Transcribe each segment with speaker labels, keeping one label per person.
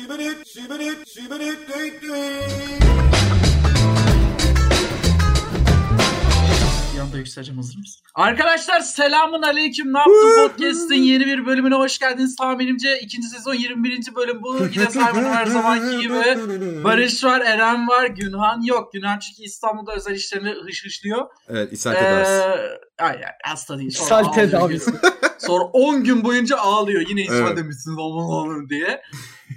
Speaker 1: Sibirit, sibirit, sibirit, düt
Speaker 2: Yanda yükseleceğim hazır mısın? Arkadaşlar selamun aleyküm. Ne yaptın podcast'in yeni bir bölümüne hoş geldiniz. Tahminimce ikinci sezon 21. bölüm bu. Yine Simon her zamanki gibi. Barış var, Eren var, Günhan yok. Günhan çünkü İstanbul'da özel işlerini hış hışlıyor.
Speaker 1: Evet, ishal tedavisi.
Speaker 2: Ee, ay, ay, hasta değil. Sonra
Speaker 3: İshal
Speaker 2: ağlıyor
Speaker 3: tedavisi.
Speaker 2: diyor. Sonra 10 gün boyunca ağlıyor. Yine ishal
Speaker 1: Evet.
Speaker 2: demişsiniz aman oğlum diye.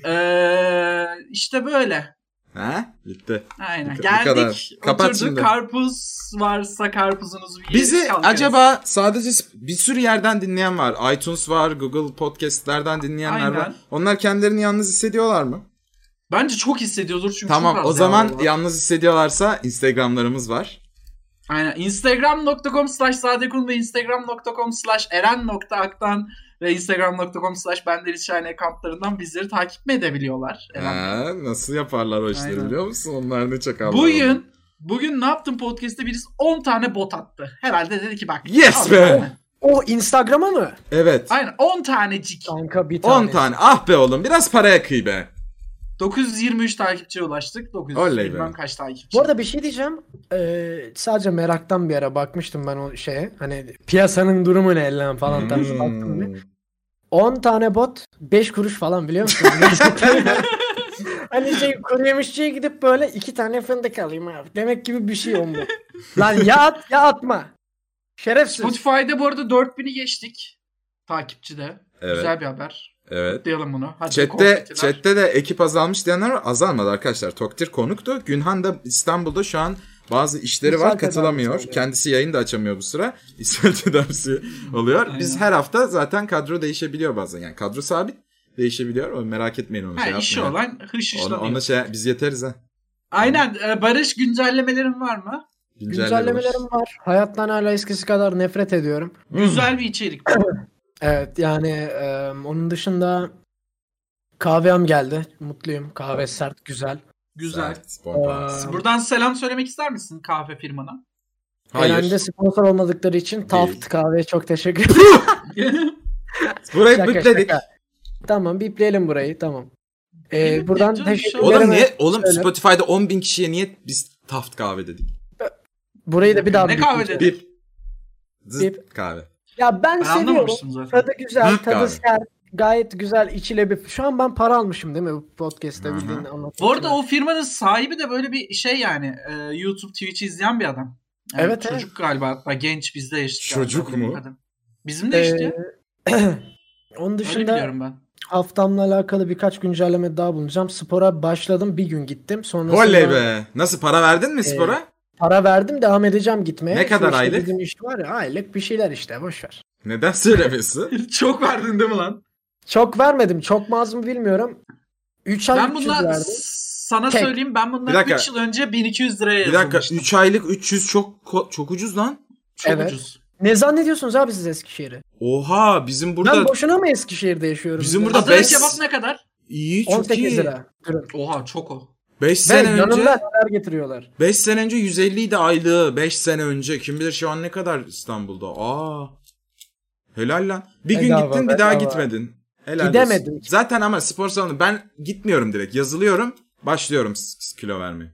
Speaker 2: Ee, işte böyle.
Speaker 1: Ha? Bitti.
Speaker 2: Aynen.
Speaker 1: Bu
Speaker 2: Geldik.
Speaker 1: kadar. Kapat
Speaker 2: oturduk.
Speaker 1: şimdi.
Speaker 2: Karpuz varsa karpuzunuzu yeriz,
Speaker 1: Bizi
Speaker 2: kalkarız.
Speaker 1: acaba sadece sp- bir sürü yerden dinleyen var. iTunes var, Google Podcast'lerden dinleyenler
Speaker 2: Aynen.
Speaker 1: var. Onlar kendilerini yalnız hissediyorlar mı?
Speaker 2: Bence çok hissediyordur çünkü çok
Speaker 1: tamam,
Speaker 2: az
Speaker 1: o
Speaker 2: yer
Speaker 1: zaman
Speaker 2: var.
Speaker 1: yalnız hissediyorlarsa Instagram'larımız var.
Speaker 2: Aynen. Instagram.com slash Sadekun ve Instagram.com slash Eren.Aktan ve Instagram.com slash Benderişahane kamplarından bizleri takip mi edebiliyorlar? Eren?
Speaker 1: Ha, nasıl yaparlar o işleri
Speaker 2: Aynen.
Speaker 1: biliyor musun? Onlar ne çakallar. onlar.
Speaker 2: Bugün Bugün ne yaptım podcast'te birisi 10 tane bot attı. Herhalde dedi ki bak.
Speaker 1: Yes
Speaker 2: al
Speaker 1: be!
Speaker 2: tane.
Speaker 3: O Instagram'a mı?
Speaker 1: Evet.
Speaker 2: Aynen 10 tanecik.
Speaker 3: Kanka bir tane.
Speaker 1: 10 tane. Ah be oğlum biraz paraya kıy be.
Speaker 2: 923 takipçiye ulaştık. 900
Speaker 1: Oley be.
Speaker 2: bilmem kaç takipçi.
Speaker 3: Bu arada bir şey diyeceğim. Ee, sadece meraktan bir ara bakmıştım ben o şeye. Hani piyasanın durumu ne lan falan tarzı baktım bir.
Speaker 1: Hmm.
Speaker 3: 10 tane bot 5 kuruş falan biliyor musun? hani şey kuru yemişçiye gidip böyle 2 tane fındık alayım abi. Demek gibi bir şey on bu. lan ya at ya atma. Şerefsiz.
Speaker 2: Spotify'da bu arada 4000'i geçtik. Takipçide.
Speaker 1: Evet.
Speaker 2: Güzel bir haber.
Speaker 1: Evet.
Speaker 2: Diyelim bunu. Hadi
Speaker 1: Chat'te,
Speaker 2: konfetiler.
Speaker 1: chat'te de ekip azalmış diyenler var. Azalmadı arkadaşlar. Toktir konuktu. Günhan da İstanbul'da şu an bazı işleri
Speaker 3: İshal
Speaker 1: var.
Speaker 3: tedavisi
Speaker 1: Katılamıyor.
Speaker 3: oluyor.
Speaker 1: Kendisi yayın da açamıyor bu sıra. İshal tedavisi oluyor. Biz
Speaker 2: Aynen.
Speaker 1: her hafta zaten kadro değişebiliyor bazen. Yani kadro sabit değişebiliyor. O Merak etmeyin onu.
Speaker 2: Ha,
Speaker 1: şey
Speaker 2: işi
Speaker 1: yapmayın.
Speaker 2: olan hış
Speaker 1: Ona,
Speaker 2: hışlanıyor.
Speaker 1: ona şey, biz yeteriz ha.
Speaker 2: Aynen. e, Barış güncellemelerin var mı?
Speaker 3: Güncellemelerim var. Hayattan hala eskisi kadar nefret ediyorum.
Speaker 1: Hmm.
Speaker 2: Güzel bir içerik.
Speaker 3: Evet yani e, onun dışında kahvem geldi. Mutluyum. Kahve sert güzel.
Speaker 2: Güzel.
Speaker 3: Ee,
Speaker 2: Buradan selam söylemek ister misin kahve firmana?
Speaker 1: Hayır.
Speaker 3: Eren'de sponsor olmadıkları için Taft kahveye çok teşekkür ederim.
Speaker 1: Burayı
Speaker 3: Şaka,
Speaker 1: bükledik.
Speaker 3: şaka. Tamam bipleyelim burayı tamam.
Speaker 2: Bipleyelim
Speaker 3: Ee, buradan
Speaker 2: canım, şey
Speaker 3: teşekkür
Speaker 2: şöyle.
Speaker 1: Oğlum
Speaker 3: ederim.
Speaker 1: niye? Oğlum
Speaker 3: Şöyle.
Speaker 1: Spotify'da 10 bin kişiye niye biz Taft kahve dedik?
Speaker 3: Burayı da bir daha
Speaker 2: Ne
Speaker 3: bipleyeceğim.
Speaker 2: kahve dedi?
Speaker 1: Bip. Zıt
Speaker 3: Bip.
Speaker 1: kahve.
Speaker 3: Ya ben,
Speaker 2: Ben
Speaker 3: seviyorum.
Speaker 2: anlamamıştım zaten.
Speaker 3: Tadı güzel,
Speaker 1: Büyük kahve.
Speaker 3: tadı sert. Gayet güzel içile bir... Şu an ben para almışım değil mi bu
Speaker 1: Hı
Speaker 3: podcast'te
Speaker 1: hı.
Speaker 3: bildiğini anlatmak
Speaker 2: Bu arada
Speaker 3: için.
Speaker 2: o firmanın sahibi de böyle bir şey yani e, YouTube Twitch'i izleyen bir adam. Yani
Speaker 3: Evet,
Speaker 2: Çocuk galiba hatta genç bizde yaşlı.
Speaker 1: Çocuk
Speaker 2: galiba
Speaker 1: mu?
Speaker 2: kadın. Bizim de işte.
Speaker 3: Ee, Onun
Speaker 2: Öyle
Speaker 3: dışında
Speaker 2: biliyorum ben.
Speaker 3: haftamla alakalı birkaç güncelleme daha bulunacağım. Spora başladım bir gün gittim. Sonrasında
Speaker 1: Oley be. Nasıl para verdin
Speaker 3: Ee,
Speaker 1: mi spora?
Speaker 3: para verdim devam edeceğim gitmeye.
Speaker 1: Ne
Speaker 3: Şu
Speaker 1: kadar
Speaker 3: işte
Speaker 1: aylık?
Speaker 3: Bizim iş var ya aylık bir şeyler işte boşver.
Speaker 1: Neden söylemiyorsun?
Speaker 2: Çok verdin değil mi lan?
Speaker 3: Çok vermedim. Çok mu az mı bilmiyorum. 3 ay
Speaker 2: Ben
Speaker 3: 300
Speaker 2: bundan
Speaker 3: verdim.
Speaker 2: sana
Speaker 3: Tek.
Speaker 2: söyleyeyim ben
Speaker 1: Bir
Speaker 2: bundan
Speaker 1: dakika.
Speaker 2: 3 yıl önce 1200 liraya
Speaker 1: bir dakika
Speaker 2: yazılmıştım.
Speaker 1: 3 aylık 300 çok ko- çok ucuz lan.
Speaker 2: Çok
Speaker 3: Evet.
Speaker 2: ucuz.
Speaker 3: Ne zannediyorsunuz abi siz Eskişehir'i?
Speaker 1: Oha bizim burada
Speaker 3: Ben boşuna mı Eskişehir'de yaşıyorum?
Speaker 1: Bizim
Speaker 3: Ben-
Speaker 1: burada
Speaker 2: Adana
Speaker 1: beş-
Speaker 2: kebap ne kadar?
Speaker 1: iyi çok
Speaker 3: 18
Speaker 1: iyi.
Speaker 3: lira. Durun.
Speaker 2: Oha çok o.
Speaker 1: 5
Speaker 3: Ve
Speaker 1: sene önce
Speaker 3: yanında neler getiriyorlar.
Speaker 1: 5 sene önce 150 idi aylığı. 5 sene önce kim bilir şu an ne kadar İstanbul'da. Aa. Helal lan. Bir gün
Speaker 3: Bedava,
Speaker 1: gittin bir daha
Speaker 3: bedava.
Speaker 1: gitmedin. Helal olsun.
Speaker 3: Gidemedim.
Speaker 1: Zaten ama spor salonu ben gitmiyorum direkt. Yazılıyorum. Başlıyorum s- s- kilo vermeye.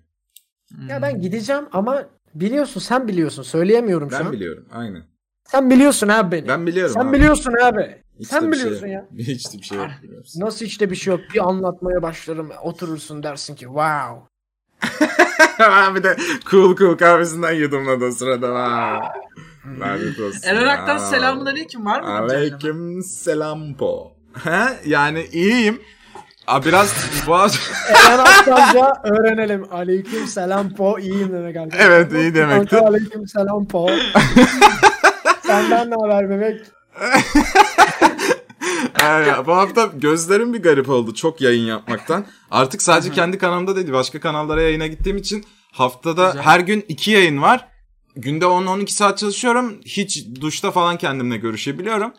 Speaker 1: Hmm.
Speaker 3: Ya ben gideceğim ama biliyorsun sen biliyorsun. Söyleyemiyorum şu
Speaker 1: Ben
Speaker 3: an.
Speaker 1: biliyorum. Aynen. sen
Speaker 3: Sen biliyorsun abi beni.
Speaker 1: Ben biliyorum
Speaker 3: Sen
Speaker 1: abi.
Speaker 3: biliyorsun abi.
Speaker 1: Hiç de
Speaker 3: sen
Speaker 1: bir şey
Speaker 3: biliyorsun ya.
Speaker 1: yok. Hiç de bir şey yok. biliyorsun.
Speaker 3: Nasıl işte bir şey yok. Bir anlatmaya başlarım. Oturursun dersin ki wow.
Speaker 1: ben bir de cool cool kahvesinden yudumladı o sırada. Vay. Lanet olsun.
Speaker 2: Eren Aktan
Speaker 1: Vay.
Speaker 2: selamun aleyküm var mı? güncelleme?
Speaker 1: Aleyküm selam po. He? yani iyiyim. Aa, biraz boğaz...
Speaker 3: Eren Aksamca öğrenelim. Aleyküm selam po. İyiyim demek arkadaşlar.
Speaker 1: Evet, iyi demektir.
Speaker 3: Kanka, Aleyküm selam po. Senden ne haber bebek?
Speaker 1: Yani bu hafta gözlerim bir garip oldu çok yayın yapmaktan. Artık sadece kendi kanalımda değil başka kanallara yayına gittiğim için haftada
Speaker 2: Güzel.
Speaker 1: her gün iki yayın var. Günde 10-12 saat çalışıyorum. Hiç duşta falan kendimle görüşebiliyorum.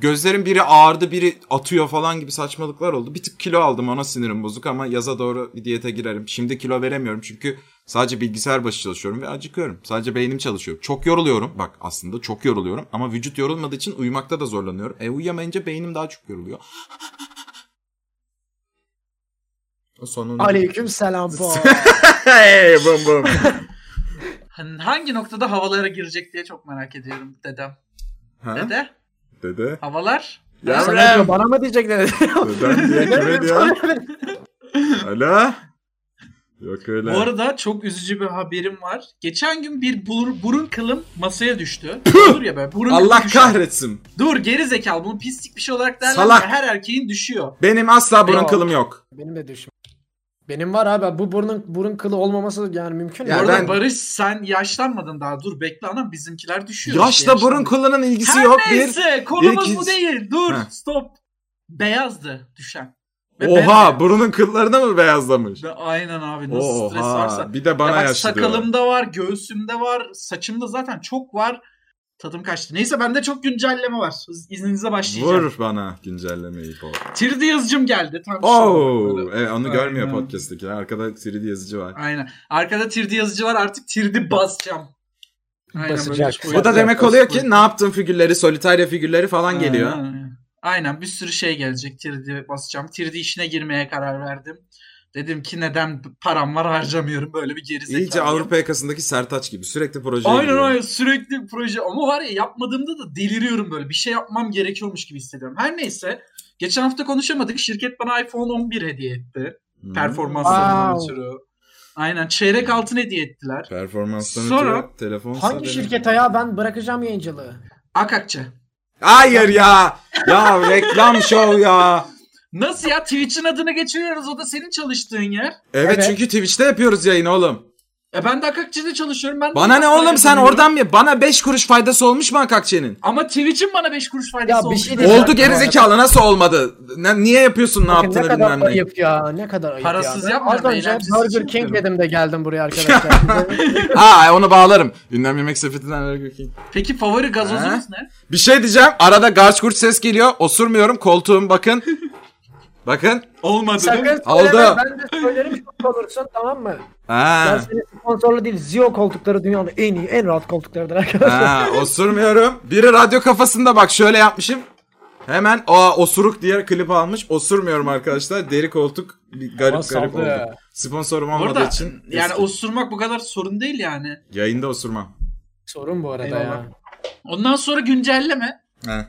Speaker 1: Gözlerim biri ağrıdı biri atıyor falan gibi saçmalıklar oldu. Bir tık kilo aldım ona sinirim bozuk ama yaza doğru bir diyete girerim. Şimdi kilo veremiyorum çünkü sadece bilgisayar başı çalışıyorum ve acıkıyorum. Sadece beynim çalışıyor. Çok yoruluyorum. Bak aslında çok yoruluyorum ama vücut yorulmadığı için uyumakta da zorlanıyorum. E uyuyamayınca beynim daha çok yoruluyor. O sonunda.
Speaker 3: Aleyküm selam bu.
Speaker 1: hey bum bum.
Speaker 2: Hani Hangi noktada havalara girecek diye çok merak ediyorum dedem.
Speaker 1: Ha?
Speaker 2: Dede
Speaker 1: Dede.
Speaker 2: havalar.
Speaker 3: Sana diyor,
Speaker 1: Yavrum.
Speaker 3: bana mı diyecekler?
Speaker 1: Dedem diye kime diyor? Alo. Yok öyle.
Speaker 2: Bu arada çok üzücü bir haberim var. Geçen gün bir bur- burun kılım masaya düştü. Olur ya böyle burun
Speaker 1: Allah
Speaker 2: kılım düşer.
Speaker 1: kahretsin.
Speaker 2: Dur geri zekalı bunu pislik bir şey olarak derler.
Speaker 1: Salak.
Speaker 2: Her erkeğin düşüyor.
Speaker 1: Benim asla burun
Speaker 3: Yok.
Speaker 1: kılım yok.
Speaker 3: Benim de düşüm. Benim var abi bu burnun burun kılı olmaması yani mümkün
Speaker 1: Ya
Speaker 2: Bu
Speaker 3: değil.
Speaker 2: arada
Speaker 1: ben-
Speaker 2: Barış sen yaşlanmadın daha. Dur bekle anam bizimkiler düşüyor.
Speaker 1: Yaşla
Speaker 2: İşte
Speaker 1: burun
Speaker 2: yaşlandı.
Speaker 1: kılının ilgisi
Speaker 2: Her
Speaker 1: yok. Bir.
Speaker 2: Neyse konumuz
Speaker 1: iki-
Speaker 2: bu değil. Dur
Speaker 1: Heh.
Speaker 2: stop. Beyazdı düşen. Ve
Speaker 1: Oha burunun kıllarına mı beyazlamış?
Speaker 2: bembeyaz. Aynen abi nasıl stres varsa.
Speaker 1: Oha. Bir de bana
Speaker 2: ya bak
Speaker 1: yaşlı diyorlar.
Speaker 2: sakalımda var, göğsümde var, saçımda zaten çok var. Tadım kaçtı. Neyse bende çok güncelleme var. Hız- İzninizle başlayacağım.
Speaker 1: Vur bana güncellemeyi bol.
Speaker 2: 3D yazıcım geldi. şey Tam şu
Speaker 1: Oo,
Speaker 2: böyle.
Speaker 1: e, onu görmüyor
Speaker 2: Aynen.
Speaker 1: podcast'tekiler. Arkada 3D yazıcı var.
Speaker 2: Aynen. Arkada 3D yazıcı var artık 3D basacağım.
Speaker 3: Basacak.
Speaker 2: böyle bir şey
Speaker 3: Bu
Speaker 1: Bu da
Speaker 3: yapacak
Speaker 1: demek
Speaker 3: başka
Speaker 1: oluyor
Speaker 2: bir şey.
Speaker 1: ki ne yaptığın figürleri, solitarya figürleri falan geliyor.
Speaker 2: Aynen. Aynen bir sürü şey gelecek 3D basacağım. 3D işine girmeye karar verdim. Dedim ki neden param var harcamıyorum böyle bir gerizekalı.
Speaker 1: İyice Avrupa yakasındaki Sertaç gibi sürekli projeye
Speaker 2: Aynen
Speaker 1: giriyor.
Speaker 2: aynen sürekli proje ama var ya yapmadığımda da deliriyorum böyle bir şey yapmam gerekiyormuş gibi hissediyorum. Her neyse geçen hafta konuşamadık şirket bana iPhone 11 hediye etti
Speaker 1: Hı.
Speaker 2: performanslarından
Speaker 3: Wow.
Speaker 2: ötürü. Aynen çeyrek altın hediye ettiler.
Speaker 1: Performanstan
Speaker 2: Sonra-
Speaker 1: ötürü telefon
Speaker 3: Hangi
Speaker 1: haberi.
Speaker 3: şirket ya ben bırakacağım yayıncılığı.
Speaker 2: Akakçe.
Speaker 1: Hayır ya. Ya reklam show ya.
Speaker 2: Nasıl ya Twitch'in adını geçiriyoruz o da senin çalıştığın yer.
Speaker 1: Evet,
Speaker 3: Evet.
Speaker 1: çünkü Twitch'te yapıyoruz yayını oğlum.
Speaker 2: E ben de Akakçe'de çalışıyorum. Ben de
Speaker 1: Bana ne
Speaker 2: para
Speaker 1: oğlum sen
Speaker 2: kazanıyorum.
Speaker 1: oradan mı? Bana 5 kuruş faydası olmuş mu Akakçe'nin?
Speaker 2: Ama Twitch'in bana 5 kuruş
Speaker 3: Ya
Speaker 2: faydası
Speaker 3: bir
Speaker 2: oldu.
Speaker 3: şey diyeceğim.
Speaker 1: Oldu gerizekalı nasıl olmadı? Ne- niye yapıyorsun ne
Speaker 3: Bakın
Speaker 1: yaptığını
Speaker 3: ne kadar
Speaker 1: bilmem ne.
Speaker 3: ayıp ya. Ne kadar ayıp
Speaker 2: Parasız
Speaker 3: ya. Ben
Speaker 2: yapmayın,
Speaker 3: Az önce
Speaker 2: eylemsiz
Speaker 3: Burger
Speaker 2: için
Speaker 3: King
Speaker 2: yapıyorum.
Speaker 3: dedim de geldim buraya arkadaşlar.
Speaker 1: Ha onu bağlarım. Gündem yemek sefetinden Burger King.
Speaker 2: Peki favori gazozunuz
Speaker 1: Ha?
Speaker 2: ne?
Speaker 1: Bir şey diyeceğim. Arada garç kurç ses geliyor. Osurmuyorum. Koltuğum bakın. bakın.
Speaker 2: Olmadı
Speaker 3: Sakın söyleme.
Speaker 1: Oldu.
Speaker 3: Ben de söylerim çok olursun tamam mı? Ben
Speaker 1: Ha.
Speaker 3: seni sponsorlu değil. Zio koltukları dünyanın en iyi, en rahat koltuklarıdır arkadaşlar.
Speaker 1: ha, osurmuyorum. Biri radyo kafasında bak şöyle yapmışım. Hemen o osuruk diye klip almış. Osurmuyorum arkadaşlar. Deri koltuk bir garip
Speaker 3: Ama
Speaker 1: garip
Speaker 3: saldı
Speaker 1: oldu.
Speaker 3: ya.
Speaker 1: Sponsorum
Speaker 2: Bu
Speaker 1: olmadığı
Speaker 2: arada
Speaker 1: için.
Speaker 2: yani
Speaker 1: eski.
Speaker 2: osurmak bu kadar sorun değil yani.
Speaker 1: Yayında osurmam.
Speaker 3: Sorun bu arada
Speaker 2: Eyvallah.
Speaker 3: ya.
Speaker 2: Ondan sonra güncelleme.
Speaker 1: He.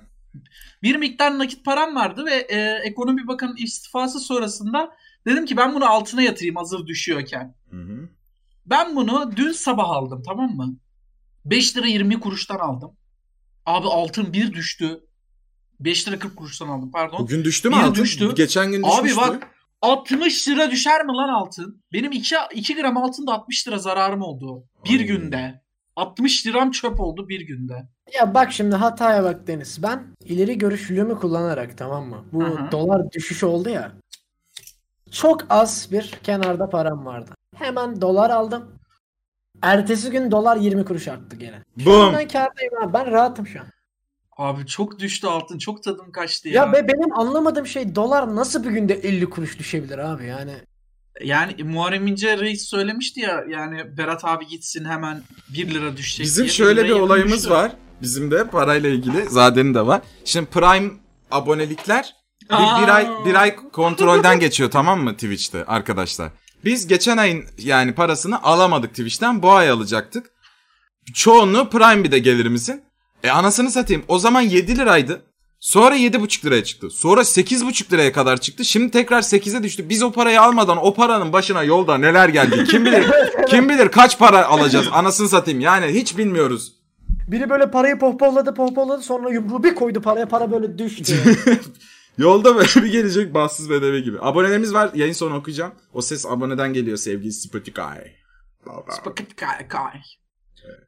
Speaker 2: bir miktar nakit param vardı ve e, ekonomi bakanın istifası sonrasında dedim ki ben bunu altına yatırayım hazır düşüyorken.
Speaker 1: Hı hı.
Speaker 2: Ben bunu dün sabah aldım tamam mı? 5 lira 20 kuruştan aldım. Abi altın bir düştü. 5 lira 40 kuruştan aldım pardon.
Speaker 1: Bugün düştü mü
Speaker 2: Yine
Speaker 1: altın?
Speaker 2: düştü.
Speaker 1: Geçen gün
Speaker 2: Abi
Speaker 1: düşmüştü.
Speaker 2: bak 60 lira düşer mi lan altın? Benim 2, 2 gram altında 60 lira zararım oldu. Bir
Speaker 1: Ay.
Speaker 2: günde. 60 liram çöp oldu bir günde.
Speaker 3: Ya bak şimdi hataya bak Deniz. Ben ileri görüşlülüğümü kullanarak tamam mı? Bu
Speaker 2: Aha.
Speaker 3: dolar düşüşü oldu ya. Çok az bir kenarda param vardı. Hemen dolar aldım. Ertesi gün dolar 20 kuruş arttı gene. Şu an
Speaker 1: Bum.
Speaker 3: Ben kârdayım abi. Ben rahatım şu an.
Speaker 2: Abi çok düştü altın. Çok tadım kaçtı ya.
Speaker 3: Ya, be, benim anlamadığım şey dolar nasıl bir günde 50 kuruş düşebilir abi yani.
Speaker 2: Yani Muharrem İnce reis söylemişti ya yani Berat abi gitsin hemen 1 lira düşecek
Speaker 1: Bizim
Speaker 2: diye.
Speaker 1: şöyle bir
Speaker 2: liraya
Speaker 1: olayımız
Speaker 2: yakınmıştı.
Speaker 1: var. Bizim de parayla ilgili. Zade'nin de var. Şimdi Prime abonelikler bir,
Speaker 2: Aa.
Speaker 1: bir ay bir ay kontrolden geçiyor tamam mı Twitch'te arkadaşlar. Biz geçen ayın yani parasını alamadık Twitch'ten. Bu ay alacaktık. Çoğunluğu Prime bir de gelirimizin. E anasını satayım. O zaman 7 liraydı. Sonra 7,5 liraya çıktı. Sonra 8,5 liraya kadar çıktı. Şimdi tekrar 8'e düştü. Biz o parayı almadan o paranın başına yolda neler geldi kim bilir. kim bilir kaç para alacağız anasını satayım. Yani hiç bilmiyoruz.
Speaker 3: Biri böyle parayı pohpohladı pohpohladı sonra yumruğu bir koydu paraya para böyle düştü.
Speaker 1: Yolda böyle bir gelecek bahtsız bedeve gibi. Abonelerimiz var. Yayın sonu okuyacağım. O ses aboneden geliyor sevgili Spotify.
Speaker 2: Spotify- kay- kay.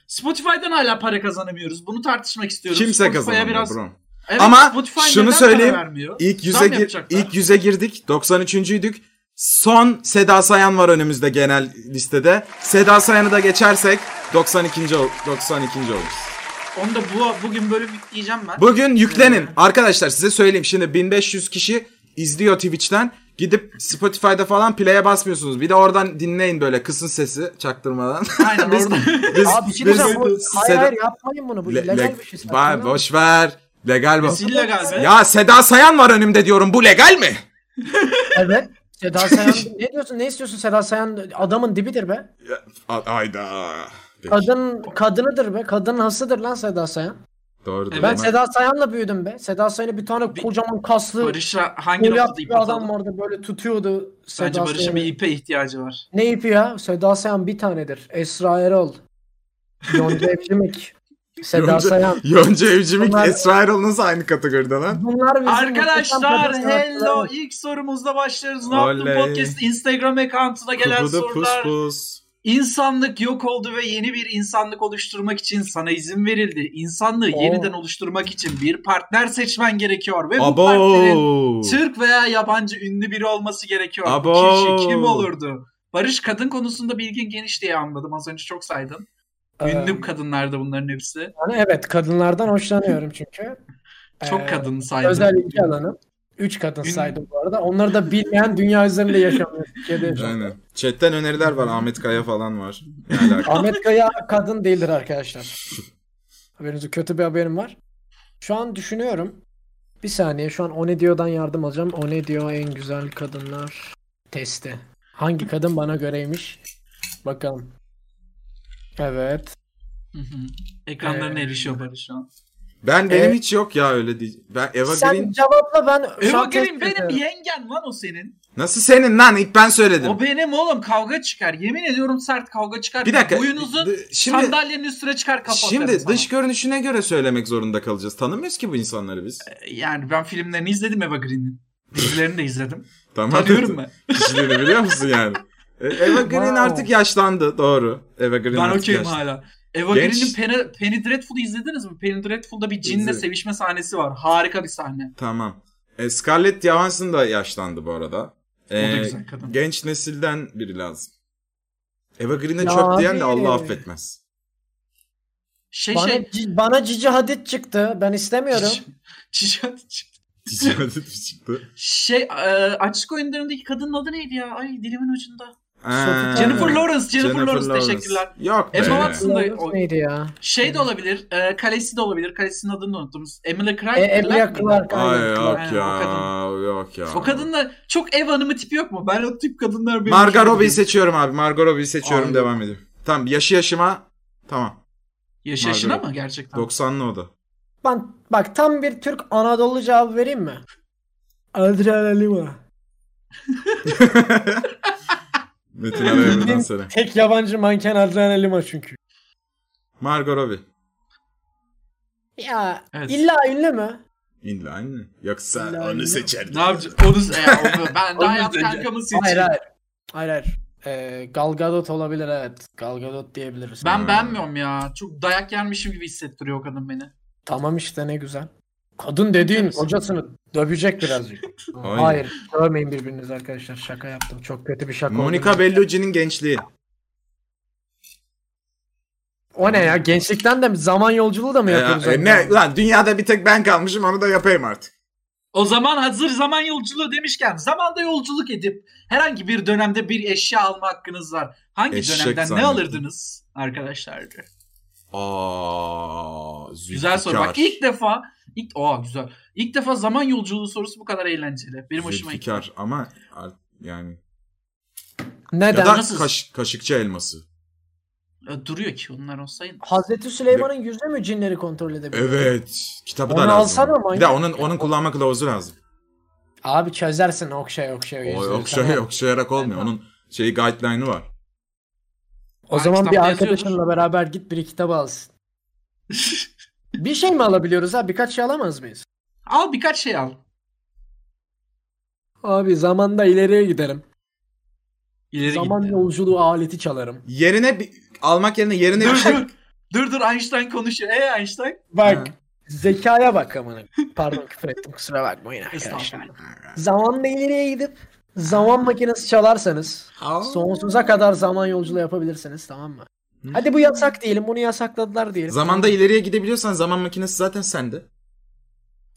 Speaker 2: Spotify'dan hala para kazanamıyoruz. Bunu tartışmak istiyoruz.
Speaker 1: Kimse
Speaker 2: Spotify'a
Speaker 1: kazanamıyor
Speaker 2: biraz-
Speaker 1: bro.
Speaker 2: Evet,
Speaker 1: Ama
Speaker 2: Spotify
Speaker 1: şunu
Speaker 2: neden
Speaker 1: söyleyeyim.
Speaker 2: para vermiyor?
Speaker 1: İlk
Speaker 2: Zam
Speaker 1: yüze, gir,
Speaker 2: yapacaklar.
Speaker 1: ilk yüze girdik. 93.'üydük. Son Seda Sayan var önümüzde genel listede. Seda Sayan'ı da geçersek 92. Ol, 92. oluruz.
Speaker 2: Onu da bu, bugün bölüm yükleyeceğim ben.
Speaker 1: Bugün yüklenin.
Speaker 2: Evet.
Speaker 1: Arkadaşlar size söyleyeyim. Şimdi 1500 kişi izliyor Twitch'ten. Gidip Spotify'da falan play'e basmıyorsunuz. Bir de oradan dinleyin böyle kısın sesi çaktırmadan.
Speaker 2: Aynen
Speaker 1: Biz-
Speaker 2: orada.
Speaker 1: Biz,
Speaker 3: abi bir şey
Speaker 1: biz-
Speaker 3: diyeceğim, bu- hayır
Speaker 1: Seda-
Speaker 3: hayır yapmayın bunu bu
Speaker 1: Le-
Speaker 3: illegal
Speaker 1: le-
Speaker 3: bir şey.
Speaker 1: Ba-
Speaker 3: saçmalama.
Speaker 1: boş ver. Legal bu.
Speaker 2: Biz illegal be.
Speaker 1: Ya Seda Sayan var önümde diyorum. Bu legal mi?
Speaker 3: Evet. Seda Sayan ne diyorsun? Ne istiyorsun Seda Sayan? Adamın dibidir be.
Speaker 1: A- Ayda. Peki.
Speaker 3: Kadın kadınıdır be. Kadının hasıdır lan Seda Sayan.
Speaker 1: Doğru.
Speaker 2: Evet.
Speaker 1: doğru.
Speaker 3: Ben
Speaker 1: Ben
Speaker 3: Seda Sayan'la büyüdüm be. Seda Sayan'ı bir tane
Speaker 2: Bir-
Speaker 3: kocaman kaslı
Speaker 2: Barış'a hangi
Speaker 3: Murat
Speaker 2: noktada ip
Speaker 3: bir adam
Speaker 2: atalım?
Speaker 3: vardı böyle tutuyordu Seda
Speaker 2: Bence Barış'ın
Speaker 3: Sayan'ı.
Speaker 2: bir ipe ihtiyacı var.
Speaker 3: Ne ipi ya? Seda Sayan bir tanedir. Esra Erol. Yonca Evcimik. Seda
Speaker 1: Yonca-
Speaker 3: Sayan.
Speaker 1: Yonca Evcimik,
Speaker 3: Bunlar-
Speaker 1: Esra Erol nasıl aynı kategoride lan?
Speaker 3: Bunlar bizim
Speaker 2: Arkadaşlar
Speaker 3: muhteşem kadın
Speaker 2: hello
Speaker 3: sanatçılarımız.
Speaker 2: ilk sorumuzla başlıyoruz. Ne yaptın
Speaker 1: Oley.
Speaker 2: podcast Instagram account'una gelen
Speaker 1: Kubudu pus
Speaker 2: sorular.
Speaker 1: pus.
Speaker 2: İnsanlık yok oldu ve yeni bir insanlık oluşturmak için sana izin verildi. İnsanlığı
Speaker 3: Oo.
Speaker 2: yeniden oluşturmak için bir partner seçmen gerekiyor ve bu partnerin
Speaker 1: Abo.
Speaker 2: Türk veya yabancı ünlü biri olması gerekiyor. Bu
Speaker 1: Abo.
Speaker 2: kişi kim olurdu? Barış kadın konusunda bilgin geniş diye anladım. Az önce çok saydın. Ünlü
Speaker 3: Ee,
Speaker 2: kadınlarda bunların hepsi.
Speaker 3: yani evet kadınlardan hoşlanıyorum çünkü.
Speaker 2: Çok
Speaker 3: Ee,
Speaker 2: kadın saydın.
Speaker 3: Özel ilgi alanım. Üç kadın
Speaker 2: Ünlü-
Speaker 3: saydım bu arada. Onları da bilmeyen dünya üzerinde yaşamıyor. Türkiye'de yaşamıyor.
Speaker 1: Aynen. Chatten öneriler var. Ahmet Kaya falan var. Ne alaka?
Speaker 3: Ahmet Kaya kadın değildir arkadaşlar. Haberiniz kötü bir haberim var. Şu an düşünüyorum. Bir saniye şu an O Ne Diyor'dan yardım alacağım. O Ne Diyor en güzel kadınlar testi. Hangi kadın bana göreymiş? Bakalım. Evet.
Speaker 2: Hı hı. Ekranlarına
Speaker 3: Ee,
Speaker 2: erişiyor Barış şu an.
Speaker 1: ben benim
Speaker 3: Ee,
Speaker 1: hiç yok ya öyle değil. Ben Eva
Speaker 3: Sen
Speaker 1: Green
Speaker 3: cevapla ben şu
Speaker 2: Eva
Speaker 3: an test
Speaker 2: Green benim
Speaker 3: yapıyorum.
Speaker 2: yengen lan o senin.
Speaker 1: nasıl senin lan ilk ben söyledim.
Speaker 2: O benim oğlum kavga çıkar. Yemin ediyorum sert kavga çıkar.
Speaker 1: bir dakika.
Speaker 2: Boyunuzu
Speaker 1: D- Şimdi
Speaker 2: sandalyenin üstüne çıkar kapatarım
Speaker 1: şimdi
Speaker 2: sana.
Speaker 1: dış görünüşüne göre söylemek zorunda kalacağız. Tanımıyoruz ki bu insanları biz.
Speaker 2: Yani ben filmlerini izledim Eva Green'in. Dizilerini de izledim.
Speaker 1: Tamam.
Speaker 2: Tanıyorum ben.
Speaker 1: Kişiliğini biliyor musun yani? E, Eva Green
Speaker 3: Wow.
Speaker 1: artık yaşlandı. Doğru. Eva Green
Speaker 2: Ben
Speaker 1: artık
Speaker 2: okeyim
Speaker 1: yaşlandı.
Speaker 2: hala. Eva
Speaker 1: Genç.
Speaker 2: Green'in Penny, Penny Dreadful'u izlediniz mi? Penny Dreadful'da bir cinle
Speaker 1: İzledim.
Speaker 2: sevişme sahnesi var. Harika bir sahne.
Speaker 1: Tamam. E, Scarlett Johansson da yaşlandı bu arada.
Speaker 2: o da
Speaker 1: E,
Speaker 2: güzel kadın.
Speaker 1: genç nesilden biri lazım. Eva Green'e
Speaker 3: Ya
Speaker 1: çöp diyen de
Speaker 3: abi.
Speaker 1: Allah affetmez.
Speaker 2: Şey
Speaker 3: Bana,
Speaker 2: şey.
Speaker 3: ci- bana Cici Hadid çıktı. Ben istemiyorum.
Speaker 2: Cici-
Speaker 1: Ticaret çıktı.
Speaker 2: Şey e, açık oyunlarındaki kadının adı neydi ya? Ay dilimin ucunda.
Speaker 1: Ee,
Speaker 2: Jennifer Lawrence, Jennifer,
Speaker 1: Jennifer
Speaker 2: Lawrence,
Speaker 1: Lawrence.
Speaker 2: teşekkürler.
Speaker 1: Yok be.
Speaker 2: Emma Watson da
Speaker 3: Yalnız Neydi ya?
Speaker 2: şey de olabilir, e, kalesi de olabilir. Kalesinin adını unuttum. Emily Clark.
Speaker 3: E, Emilia
Speaker 2: mıydı?
Speaker 3: Clark.
Speaker 1: Ay
Speaker 3: aynen,
Speaker 1: yok
Speaker 3: Clark.
Speaker 2: Ha, o kadın.
Speaker 1: ya. Yok ya.
Speaker 2: O kadınla çok ev hanımı tipi yok mu? Ben o tip kadınlar benim.
Speaker 1: Margot
Speaker 2: hoşuma
Speaker 1: Robbie'yi
Speaker 2: gidiyor.
Speaker 1: seçiyorum abi. Margot Robbie'yi seçiyorum
Speaker 2: Abi.
Speaker 1: devam edeyim. Tamam yaşı yaşıma tamam.
Speaker 2: Yaş yaşına
Speaker 1: Margot.
Speaker 2: mı gerçekten?
Speaker 1: 90'lı o da.
Speaker 3: Ben bak tam bir Türk Anadolu cevabı vereyim mi? Adriana Lima.
Speaker 1: Metin Araya buradan söyle.
Speaker 3: Tek yabancı manken Adriana Lima çünkü.
Speaker 1: Margot Robbie.
Speaker 3: Ya
Speaker 2: Evet.
Speaker 3: illa ünlü mü?
Speaker 1: İlla aynı. Yoksa
Speaker 3: İlla
Speaker 1: onu
Speaker 3: aynı.
Speaker 1: seçerdim.
Speaker 2: Ne yapacağız? Onu, e, onu- ben daha yat
Speaker 3: Onu-
Speaker 2: kankamı
Speaker 3: Hayır
Speaker 2: seçeyim.
Speaker 3: hayır. Hayır hayır. Ee, Gal Gadot olabilir evet. Gal Gadot diyebiliriz.
Speaker 2: Ben
Speaker 1: Hmm.
Speaker 2: beğenmiyorum ya. Çok dayak yermişim gibi hissettiriyor o kadın beni.
Speaker 3: Tamam işte ne güzel. Kadın dediğin
Speaker 2: Temiz.
Speaker 3: kocasını dövecek birazcık.
Speaker 1: Aynen.
Speaker 3: hayır. Dövmeyin birbirinizi arkadaşlar. Şaka yaptım. Çok kötü bir şaka
Speaker 1: Monica
Speaker 3: oldu.
Speaker 1: Bellucci'nin gençliği.
Speaker 3: O ne ya? Gençlikten de mi? Zaman yolculuğu da mı yapıyoruz?
Speaker 1: Ya, e,
Speaker 3: acaba?
Speaker 1: ne lan dünyada bir tek ben kalmışım onu da yapayım artık.
Speaker 2: O zaman hazır zaman yolculuğu demişken zamanda yolculuk edip herhangi bir dönemde bir eşya alma hakkınız var. Hangi
Speaker 1: Eşek
Speaker 2: dönemden ne
Speaker 1: zannettim.
Speaker 2: alırdınız arkadaşlar?
Speaker 1: Aa,
Speaker 2: Güzel soru. Bak ilk defa ilk o güzel. İlk defa zaman yolculuğu sorusu bu kadar eğlenceli. Benim hoşuma gitti.
Speaker 1: Zülfikar ama art- yani.
Speaker 3: Neden?
Speaker 1: Ya da
Speaker 2: Nasıl?
Speaker 1: kaş- kaşıkçı elması.
Speaker 2: Ya Duruyor ki onlar olsaydı.
Speaker 3: Hazreti Süleyman'ın yüzü mü cinleri kontrol edebiliyor?
Speaker 1: Evet. Kitabı
Speaker 3: Onu
Speaker 1: da lazım.
Speaker 3: alsana
Speaker 1: Bir de
Speaker 3: manyak
Speaker 1: onun onun kullanma kılavuzu lazım.
Speaker 3: Abi çözersin okşay okşay.
Speaker 1: O şey
Speaker 3: yüzleri,
Speaker 1: okşay
Speaker 3: tamam.
Speaker 1: okşayarak olmuyor. Onun şeyi guideline'ı var.
Speaker 3: O zaman
Speaker 2: Kitapta
Speaker 3: bir
Speaker 2: yazıyordur.
Speaker 3: arkadaşınla beraber git bir kitap alsın. Bir şey mi alabiliyoruz ha? Birkaç şey alamaz mıyız?
Speaker 2: al birkaç şey al.
Speaker 3: Abi zamanda ileriye giderim.
Speaker 2: İleri
Speaker 3: Zaman
Speaker 2: gitti.
Speaker 3: yolculuğu aleti çalarım.
Speaker 1: Yerine bir- almak yerine yerine bir
Speaker 2: Dur
Speaker 1: şey.
Speaker 2: dur. Dur dur Einstein konuşuyor. Ee Einstein.
Speaker 3: Bak zekaya bak amına. Pardon küfür ettim kusura bakmayın arkadaşlar.
Speaker 2: Estağfurullah.
Speaker 3: Zamanla ileriye gidip zaman makinesi çalarsanız sonsuza kadar zaman yolculuğu yapabilirsiniz tamam mı?
Speaker 1: Hı.
Speaker 3: Hadi bu yasak diyelim bunu yasakladılar diyelim.
Speaker 1: Zamanda ileriye gidebiliyorsan zaman makinesi zaten sende.